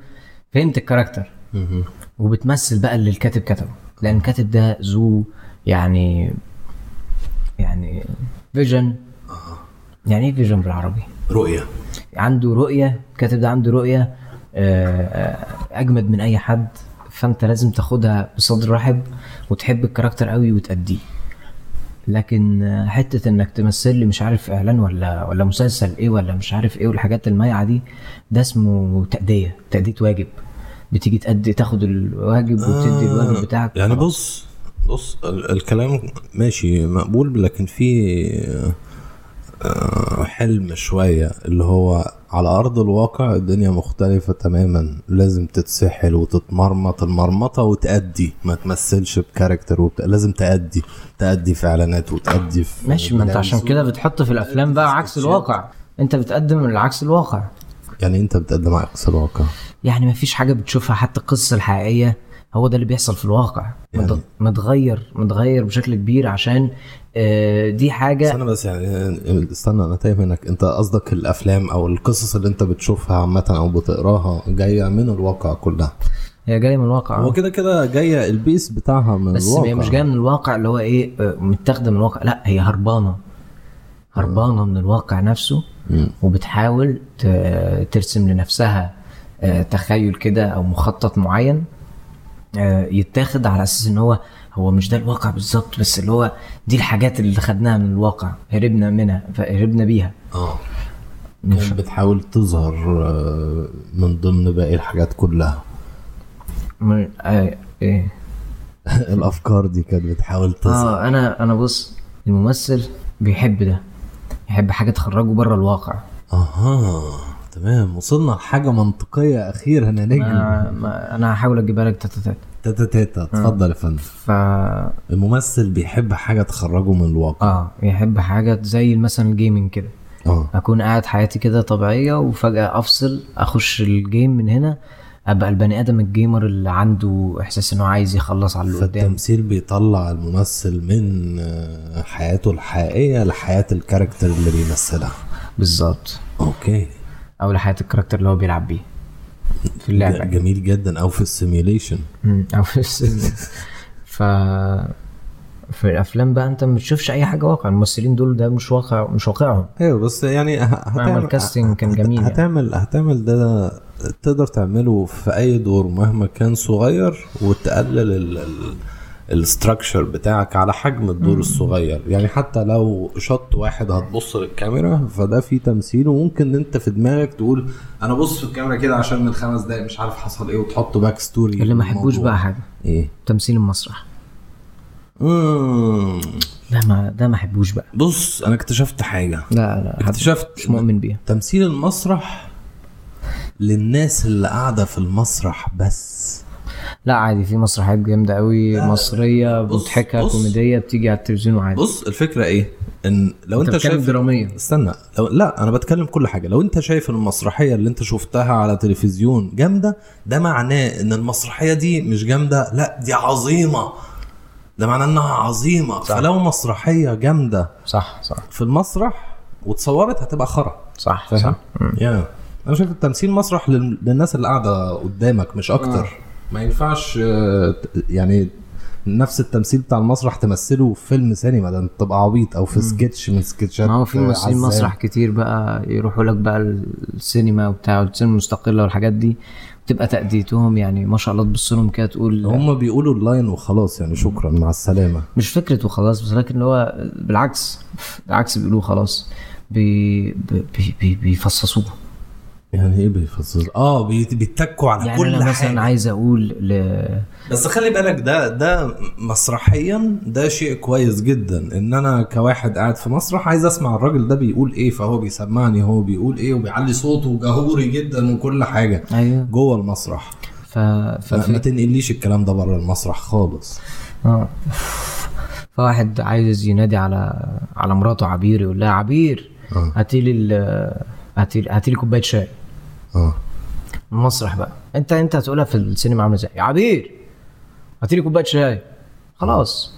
S2: فهمت الكاركتر
S1: مهم.
S2: وبتمثل بقى اللي الكاتب كتبه لان الكاتب ده ذو يعني يعني فيجن يعني ايه فيجن بالعربي؟
S1: رؤيه
S2: عنده رؤيه الكاتب ده عنده رؤيه آه، آه، اجمد من اي حد فانت لازم تاخدها بصدر رحب وتحب الكاركتر قوي وتأديه لكن آه، حته انك تمثل لي مش عارف اعلان ولا ولا مسلسل ايه ولا مش عارف ايه والحاجات المايعه دي ده اسمه تأديه تأديه واجب بتيجي تأدي تاخد الواجب وبتدي الواجب بتاعك
S1: يعني
S2: خلاص.
S1: بص بص ال- الكلام ماشي مقبول لكن في آه، حلم شوية اللي هو على أرض الواقع الدنيا مختلفة تماما لازم تتسحل وتتمرمط المرمطة وتأدي ما تمثلش بكاركتر وبتاع لازم تأدي تأدي في إعلانات وتأدي في
S2: ماشي ما انت عشان
S1: بلاوز.
S2: كده بتحط في الافلام بقى عكس الواقع انت بتقدم العكس الواقع
S1: يعني أنت بتقدم عكس الواقع
S2: يعني مفيش حاجه بتشوفها حتى القصه الحقيقيه هو ده اللي بيحصل في الواقع مت-
S1: يعني-
S2: متغير متغير بشكل كبير عشان آه، دي حاجه
S1: استنى بس يعني استنى انا تايه منك انت قصدك الافلام او القصص اللي انت بتشوفها عامه او بتقراها جايه من الواقع كلها
S2: هي جايه من الواقع
S1: هو
S2: آه.
S1: كده كده جايه البيس بتاعها من
S2: بس
S1: الواقع
S2: هي مش جايه من الواقع اللي هو ايه آه، متاخده من الواقع لا هي هربانه هربانه من الواقع نفسه
S1: مم.
S2: وبتحاول ت- ترسم لنفسها آه، تخيل كده او مخطط معين آه، يتاخد على اساس ان هو هو مش ده الواقع بالظبط بس اللي هو دي الحاجات اللي خدناها من الواقع هربنا منها فهربنا بيها
S1: اه كانت بتحاول تظهر آه، من ضمن باقي الحاجات كلها
S2: من آه ايه
S1: الافكار دي كانت بتحاول تظهر
S2: اه انا انا بص آه. الممثل بيحب ده يحب حاجه تخرجه بره الواقع
S1: اها تمام وصلنا لحاجه منطقيه اخيرا يا نجم
S2: ما آه، ما انا هحاول اجيبها لك تاتا تاتا
S1: تاتا تاتا اتفضل يا فندم
S2: ف
S1: الممثل بيحب حاجه تخرجه من الواقع
S2: اه يحب حاجه زي مثلا الجيمنج كده
S1: اه
S2: اكون قاعد حياتي كده طبيعيه وفجاه افصل اخش الجيم من هنا ابقى البني ادم الجيمر اللي عنده احساس انه عايز يخلص على اللي قدام
S1: فالتمثيل بيطلع الممثل من آه، حياته الحقيقيه لحياه الكاركتر اللي بيمثلها
S2: بالظبط
S1: اوكي
S2: او لحياه الكاركتر اللي هو بيلعب بيه في
S1: ج-
S2: اللعبه
S1: جميل جدا او في السيميوليشن
S2: مم، او في السن ف في الافلام بقى انت ما بتشوفش اي حاجه واقع الممثلين دول ده مش واقع مش واقعهم
S1: ايوه بس يعني ه-
S2: عمل
S1: هتعمل
S2: كاستنج كان جميل يعني.
S1: هتعمل هتعمل ده تقدر تعمله في اي دور مهما كان صغير وتقلل الاستراكشر بتاعك على حجم الدور الصغير يعني حتى لو شط واحد هتبص للكاميرا فده فيه تمثيل وممكن انت في دماغك تقول انا بص في الكاميرا كده عشان من خمس دقايق مش عارف حصل ايه وتحط باك ستوري
S2: اللي ما حبوش بقى حاجه
S1: ايه
S2: تمثيل المسرح
S1: مم.
S2: لا ما ده ما حبوش بقى
S1: بص انا اكتشفت حاجه
S2: لا لا حد
S1: اكتشفت
S2: مش مؤمن بيها
S1: تمثيل المسرح للناس اللي قاعده في المسرح بس
S2: لا عادي في مسرحيات جامده قوي مصريه
S1: بص-
S2: مضحكه
S1: بص.
S2: كوميديه بتيجي على التلفزيون وعادي
S1: بص الفكره ايه ان لو
S2: انت
S1: انت,
S2: بتتكلم
S1: شايف
S2: دراميا.
S1: استنى لو لا انا بتكلم كل حاجه لو انت شايف المسرحيه اللي انت شفتها على تلفزيون جامده ده معناه ان المسرحيه دي مش جامده لا دي عظيمه ده معناه انها عظيمه صح. فلو مسرحيه جامده
S2: صح صح
S1: في المسرح واتصورت هتبقى خرا
S2: صح صح,
S1: فاهم؟ يا انا شايف التمثيل مسرح لل- للناس اللي قاعده قدامك مش
S2: آه.
S1: اكتر ما ينفعش آه، ت- يعني نفس التمثيل بتاع المسرح تمثله في فيلم سينما ده انت تبقى عبيط او في سكتش من سكتشات
S2: ما هو في
S1: آه،
S2: ممثلين
S1: عزام.
S2: مسرح كتير بقى يروحوا لك بقى السينما وبتاع السينما المستقله والحاجات دي بتبقى تأديتهم يعني ما شاء الله تبص لهم كده تقول
S1: هم بيقولوا اللاين وخلاص يعني شكرا مع السلامه
S2: مش فكره وخلاص بس لكن هو بالعكس بالعكس بيقولوا خلاص بي بي بي بيفصصوه
S1: يعني ايه بيفصل اه بيت- بيتكوا على
S2: يعني
S1: كل
S2: انا مثلا
S1: حاجه
S2: عايز اقول ل...
S1: بس خلي بالك ده ده مسرحيا ده شيء كويس جدا ان انا كواحد قاعد في مسرح عايز اسمع الراجل ده بيقول ايه فهو بيسمعني هو بيقول ايه وبيعلي صوته جهوري جدا وكل حاجه
S2: ايوه
S1: جوه المسرح
S2: ف...
S1: ما,
S2: ففي
S1: ما تنقليش الكلام ده بره المسرح خالص
S2: اه فواحد عايز ينادي على على مراته عبير يقول لها عبير
S1: اه.
S2: هاتي لي ال- هاتي لي- هاتي لي كوبايه شاي
S1: اه
S2: المسرح بقى انت انت هتقولها في السينما عامله ازاي يا عبير هاتي لي كوبايه شاي خلاص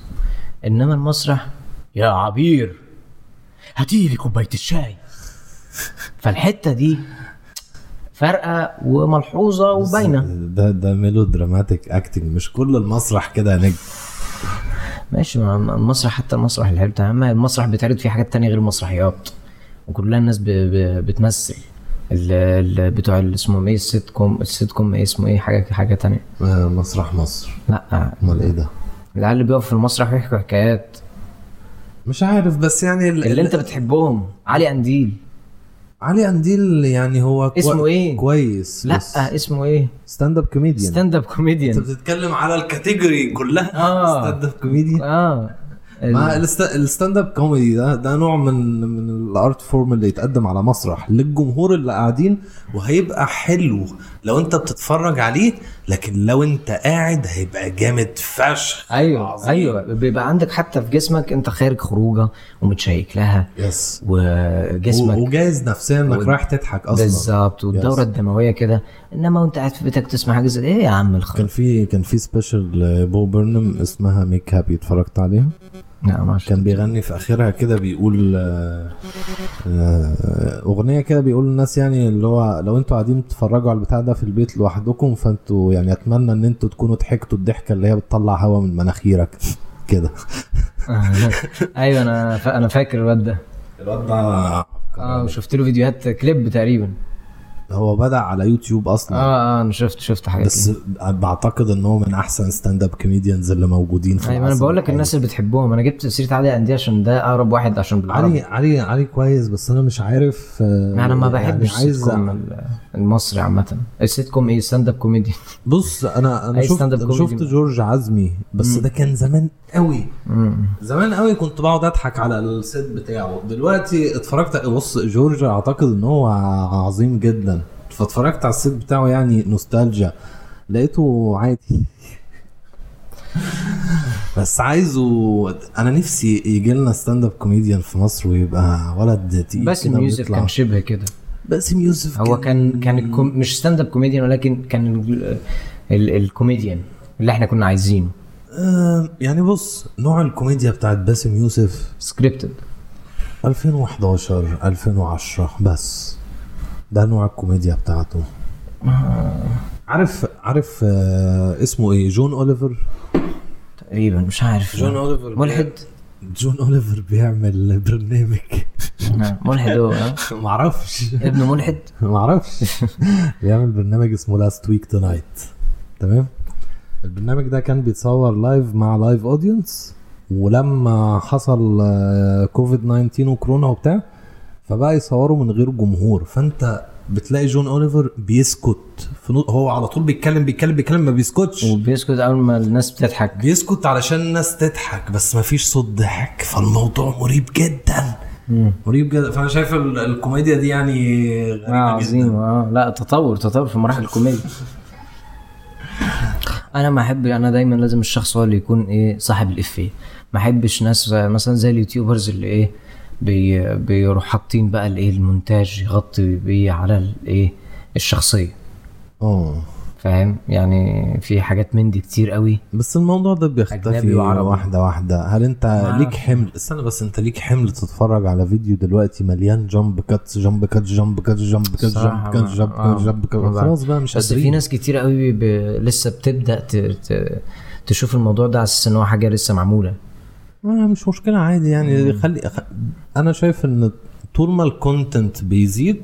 S2: انما المسرح يا عبير هاتي لي كوبايه الشاي فالحته دي فارقه وملحوظه وباينه
S1: ده ده ميلو دراماتيك اكتنج مش كل المسرح كده يا نجم
S2: ماشي ما ما- المسرح حتى المسرح الحلو بتاع ما المسرح بيتعرض فيه حاجات تانية غير المسرحيات وكلها الناس ب... ب... بتمثل ال... ال... بتوع ال- اسمهم ايه السيت كوم السيت كوم ايه اسمه ايه حاجه حاجه تانية
S1: آه، مسرح مصر
S2: لا
S1: امال ايه ده
S2: العيال اللي بيقف في المسرح ويحكوا حكايات
S1: مش عارف بس يعني ال-
S2: اللي انت بتحبهم علي قنديل
S1: علي انديل يعني هو كوي-
S2: اسمه إيه؟
S1: كويس
S2: لا
S1: بس
S2: اسمه ايه
S1: ستاند اب كوميديان
S2: ستاند اب كوميديان
S1: انت بتتكلم على الكاتيجوري كلها
S2: آه.
S1: ستاند اب كوميدي
S2: اه
S1: ما الست- الستاند اب كوميدي ده ده نوع من من الارت فورم اللي يتقدم على مسرح للجمهور اللي قاعدين وهيبقى حلو لو انت بتتفرج عليه لكن لو انت قاعد هيبقى جامد فشخ
S2: ايوه
S1: عظيم.
S2: ايوه بيبقى عندك حتى في جسمك انت خارج خروجه ومتشيك لها
S1: يس
S2: وجسمك
S1: و- وجايز نفسيا انك
S2: و-
S1: رايح تضحك اصلا
S2: بالظبط والدوره
S1: يس.
S2: الدمويه كده انما وانت قاعد في بيتك تسمع حاجه زي ايه يا عم الخير
S1: كان في كان في سبيشال لبو برنم اسمها ميك هابي اتفرجت عليها
S2: لا ما عشان
S1: كان بيغني في اخرها كده بيقول آه، آه، اغنيه كده بيقول للناس يعني اللي هو لو انتوا قاعدين بتتفرجوا على البتاع ده في البيت لوحدكم فانتوا يعني اتمنى ان انتوا تكونوا ضحكتوا الضحكه اللي هي بتطلع هوا من مناخيرك كده
S2: ايوه انا فا- انا فاكر الواد ده
S1: الواد ده
S2: اه وشفت له فيديوهات كليب تقريبا
S1: هو بدا على يوتيوب اصلا
S2: اه اه انا شفت شفت حاجات
S1: بس بعتقد ان هو من احسن ستاند اب كوميديانز اللي موجودين في
S2: ايوه انا
S1: العصر
S2: بقول لك
S1: الحالي.
S2: الناس اللي بتحبهم انا جبت سيره علي عندي عشان ده اقرب واحد عشان
S1: علي
S2: بالعربي
S1: علي علي كويس بس انا مش عارف آه،
S2: انا ما بحبش
S1: يعني عايز
S2: السيتكوم ال- المصري عامه السيت كوم ايه ستاند اب كوميدي
S1: بص انا انا
S2: أي
S1: شفت
S2: stand-up
S1: أنا
S2: comedy
S1: شفت
S2: بقى.
S1: جورج عزمي بس ده كان زمان قوي زمان قوي كنت بقعد اضحك على السيت بتاعه دلوقتي اتفرجت بص جورج اعتقد ان هو عظيم جدا فاتفرجت على السيت بتاعه يعني نوستالجيا لقيته عادي بس عايزه انا نفسي يجي لنا ستاند اب كوميديان في مصر ويبقى ولد تقيل كده
S2: باسم يوسف
S1: ويطلع.
S2: كان شبه كده
S1: باسم يوسف
S2: هو كان كان الكوم... مش ستاند اب كوميديان ولكن كان ال... ال... الكوميديان اللي احنا كنا عايزينه
S1: آه، يعني بص نوع الكوميديا بتاعت باسم يوسف
S2: سكريبتد
S1: 2011 2010 بس ده نوع الكوميديا بتاعته عارف عارف آه، اسمه ايه جون اوليفر
S2: تقريبا مش عارف
S1: اوليفر
S2: ملحد
S1: جون اوليفر بيعمل برنامج
S2: آه، ملحد هو آه.
S1: معرفش
S2: ابنه ملحد
S1: معرفش بيعمل برنامج اسمه لاست ويك تونايت تمام البرنامج ده كان بيتصور لايف مع لايف اودينس ولما حصل آه، كوفيد 19 وكورونا وبتاع فبقى يصوروا من غير جمهور فانت بتلاقي جون اوليفر بيسكت في نو- هو على طول بيتكلم بيتكلم بيتكلم ما بيسكتش
S2: وبيسكت اول ما الناس بتضحك
S1: بيسكت علشان الناس تضحك بس مفيش صوت ضحك فالموضوع مريب جدا مريب جدا فانا شايف ال- الكوميديا دي يعني
S2: اه
S1: غريبه جدا
S2: عظيم اه لا تطور تطور في مراحل الكوميديا انا ما احب انا دايما لازم الشخص هو اللي يكون ايه صاحب الافيه ما احبش ناس مثلا زي اليوتيوبرز اللي ايه بي بيروح حاطين بقى الايه المونتاج يغطي بيه على الايه الشخصيه
S1: اه
S2: فاهم يعني في حاجات من دي كتير قوي
S1: بس الموضوع ده بيختفي
S2: أجنبي وعربي.
S1: واحدة واحدة هل انت
S2: ما
S1: ليك
S2: أعرف.
S1: حمل استنى بس انت ليك حمل تتفرج على فيديو دلوقتي مليان جامب كاتس جامب كاتس جامب كاتس جامب كاتس جامب
S2: الصراحة
S1: كاتس
S2: ما-
S1: جامب
S2: آه،
S1: كاتس جامب
S2: ما
S1: كاتس
S2: بعرف.
S1: خلاص بقى مش
S2: بس في
S1: قادرين
S2: ناس كتير قوي ب... لسه بتبدا ت... ت... تشوف الموضوع ده على اساس ان هو حاجه لسه معموله
S1: آه، مش مشكلة عادي يعني خلي خ- انا شايف ان طول ما الكونتنت بيزيد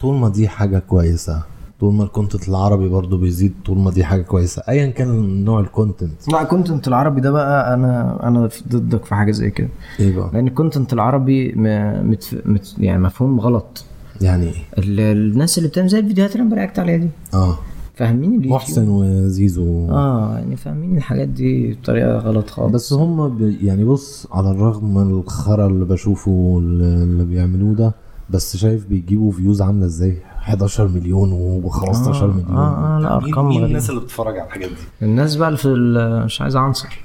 S1: طول ما دي حاجة كويسة طول ما الكونتنت العربي برضو بيزيد طول ما دي حاجة كويسة ايا كان نوع الكونتنت
S2: لا كونتنت العربي ده بقى انا انا في- ضدك في حاجه زي كده
S1: ايه بقى
S2: لان الكونتنت العربي م... متف... مت... يعني مفهوم غلط
S1: يعني ايه
S2: ال... الناس اللي بتعمل زي الفيديوهات اللي انا برياكت عليها دي
S1: اه
S2: فاهمين اليوتيوب
S1: محسن وزيزو
S2: اه يعني فاهمين الحاجات دي بطريقه غلط خالص
S1: بس هم ب... يعني بص على الرغم من الخرا اللي بشوفه اللي اللي بيعملوه ده بس شايف بيجيبوا فيوز عامله ازاي 11 مليون و15
S2: آه،
S1: مليون
S2: آه، آه، لا،
S1: مين-
S2: أرقام
S1: مين
S2: غريبة.
S1: الناس اللي بتتفرج على الحاجات دي
S2: الناس بقى اللي في ال... مش عايز عنصر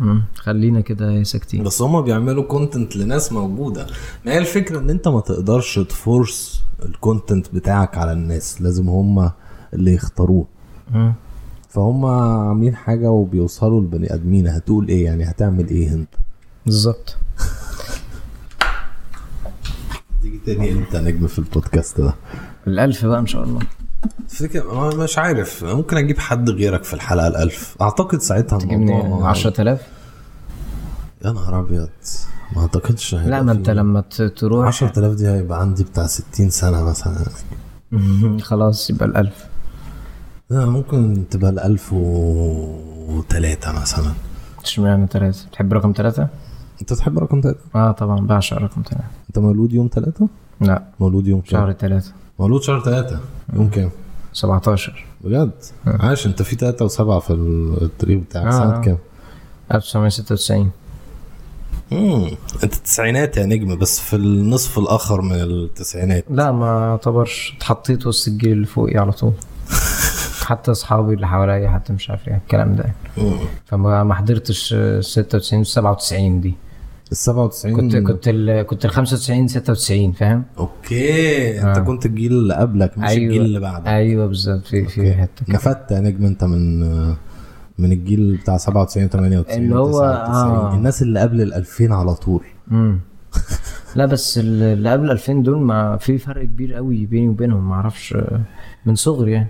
S2: مم، خلينا كده ساكتين
S1: بس هم بيعملوا كونتنت لناس موجوده ما هي الفكره ان انت ما تقدرش تفورس الكونتنت بتاعك على الناس لازم هم اللي يختاروه
S2: مم.
S1: فهم عاملين حاجه وبيوصلوا لبني ادمين هتقول ايه يعني هتعمل ايه انت
S2: بالظبط
S1: تيجي تاني انت نجم في البودكاست ده
S2: الالف بقى ان شاء الله
S1: فكرة ما- مش عارف ممكن اجيب حد غيرك في الحلقه الالف اعتقد ساعتها
S2: تجيبني 10000
S1: يا نهار ابيض ما اعتقدش هيبقى
S2: لا ما انت
S1: فيه.
S2: لما ت- تروح
S1: 10000 دي هيبقى عندي بتاع 60 سنه مثلا
S2: خلاص يبقى الالف
S1: لا ممكن تبقى ال 1003 مثلا
S2: اشمعنى ثلاثة تحب رقم ثلاثة؟
S1: انت تحب رقم ثلاثة؟
S2: اه طبعا بعشق رقم ثلاثة
S1: انت مولود يوم ثلاثة؟
S2: لا
S1: مولود يوم كام؟
S2: شهر ثلاثة
S1: مولود شهر ثلاثة يوم كام؟
S2: 17
S1: بجد؟ عاش انت في ثلاثة وسبعة في الطريق بتاعك
S2: آه،
S1: سنة
S2: آه.
S1: كام؟
S2: 1996
S1: امم انت التسعينات يا نجم بس في النصف الاخر من التسعينات
S2: لا ما اعتبرش اتحطيت وسط الجيل اللي فوقي على طول حتى اصحابي اللي حواليا حتى مش عارف ايه الكلام ده
S1: مم.
S2: فما ما حضرتش آه، 96 و 97 دي
S1: ال 97
S2: كنت كنت ال كنت ال 95 96 فاهم؟
S1: اوكي انت
S2: آه.
S1: كنت الجيل اللي قبلك مش
S2: أيوة.
S1: الجيل اللي بعدك
S2: ايوه بالظبط في في
S1: أوكي.
S2: حته كده.
S1: نفدت يا نجم انت من من الجيل بتاع 97 98
S2: اللي هو-
S1: 99.
S2: آه.
S1: الناس اللي قبل ال 2000 على طول
S2: امم لا بس ال- اللي قبل 2000 دول ما في فرق كبير قوي بيني وبينهم ما اعرفش آه، من صغري يعني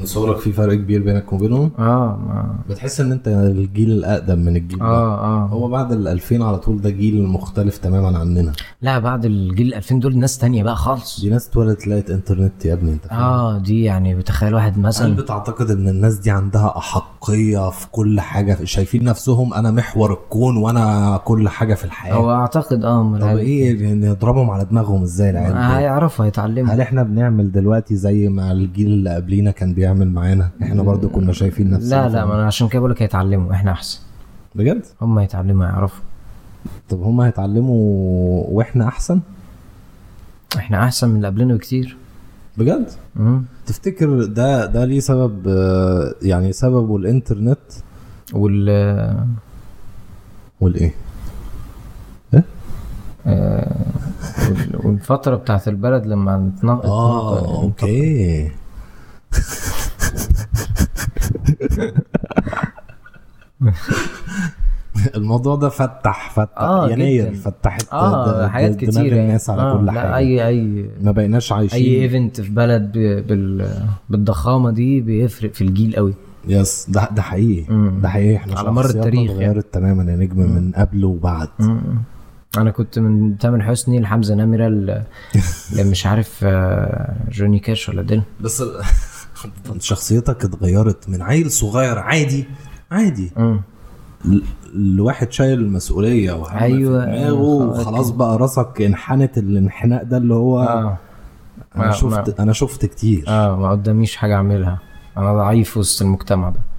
S1: من صغرك في فرق كبير بينك وبينهم
S2: اه ما-
S1: بتحس ان انت الجيل الاقدم من الجيل ده
S2: اه اه
S1: هو بعد ال 2000 على طول ده جيل مختلف تماما عننا
S2: لا بعد الجيل 2000 دول ناس تانية بقى خالص
S1: دي ناس اتولدت لقيت انترنت يا ابني انت فاهم؟
S2: اه دي يعني بتخيل واحد
S1: هل
S2: مثلا
S1: بتعتقد ان الناس دي عندها احقيه في كل حاجه شايفين نفسهم انا محور الكون وانا كل حاجه في الحياه
S2: هو اعتقد اه من
S1: طب ايه نضربهم على دماغهم ازاي العيال
S2: آه،
S1: دول؟
S2: هيعرفوا هيتعلموا
S1: هل احنا بنعمل دلوقتي زي ما الجيل اللي قبلينا كان بيعمل معانا احنا برضو كنا شايفين نفسنا
S2: لا لا ما انا عشان كده بقولك هيتعلموا احنا احسن
S1: بجد
S2: هم هيتعلموا هيعرفوا
S1: طب هما هيتعلموا واحنا احسن
S2: احنا احسن من اللي قبلنا بكتير
S1: بجد
S2: مم.
S1: تفتكر ده ده ليه سبب آه، يعني سببه الانترنت
S2: وال
S1: والايه
S2: وال- والفترة بتاعت البلد لما اتنقلت
S1: اه
S2: يعني،
S1: اوكي الموضوع ده فتح فتح
S2: آه،
S1: يناير
S2: جداً.
S1: فتحت
S2: اه
S1: د-
S2: حاجات
S1: د-
S2: كتير
S1: دماغ
S2: يعني.
S1: الناس على
S2: آه،
S1: كل
S2: لا،
S1: حاجه
S2: اي اي
S1: ما بقيناش
S2: اي
S1: عايشين
S2: ايفنت في بلد ب- بال... بالضخامه دي بيفرق في الجيل قوي
S1: يس ده ده حقيقي
S2: مم.
S1: ده حقيقي احنا
S2: على مر
S1: شخصياتنا
S2: التاريخ يعني.
S1: اتغيرت تماما يا نجم من قبل وبعد
S2: مم. انا كنت من تامر حسني لحمزه نمره ل... ل- مش عارف آه، جوني كاش ولا دين
S1: بس ال- شخصيتك اتغيرت من عيل صغير عادي عادي
S2: مم.
S1: الواحد شايل المسؤوليه وهم في
S2: أيوة،
S1: دماغه
S2: أيوة،
S1: وخلاص بقى راسك انحنت الانحناء ده اللي هو
S2: اه
S1: انا
S2: ما- آه.
S1: شفت انا شفت كتير
S2: اه ما قداميش حاجه اعملها انا ضعيف وسط المجتمع ده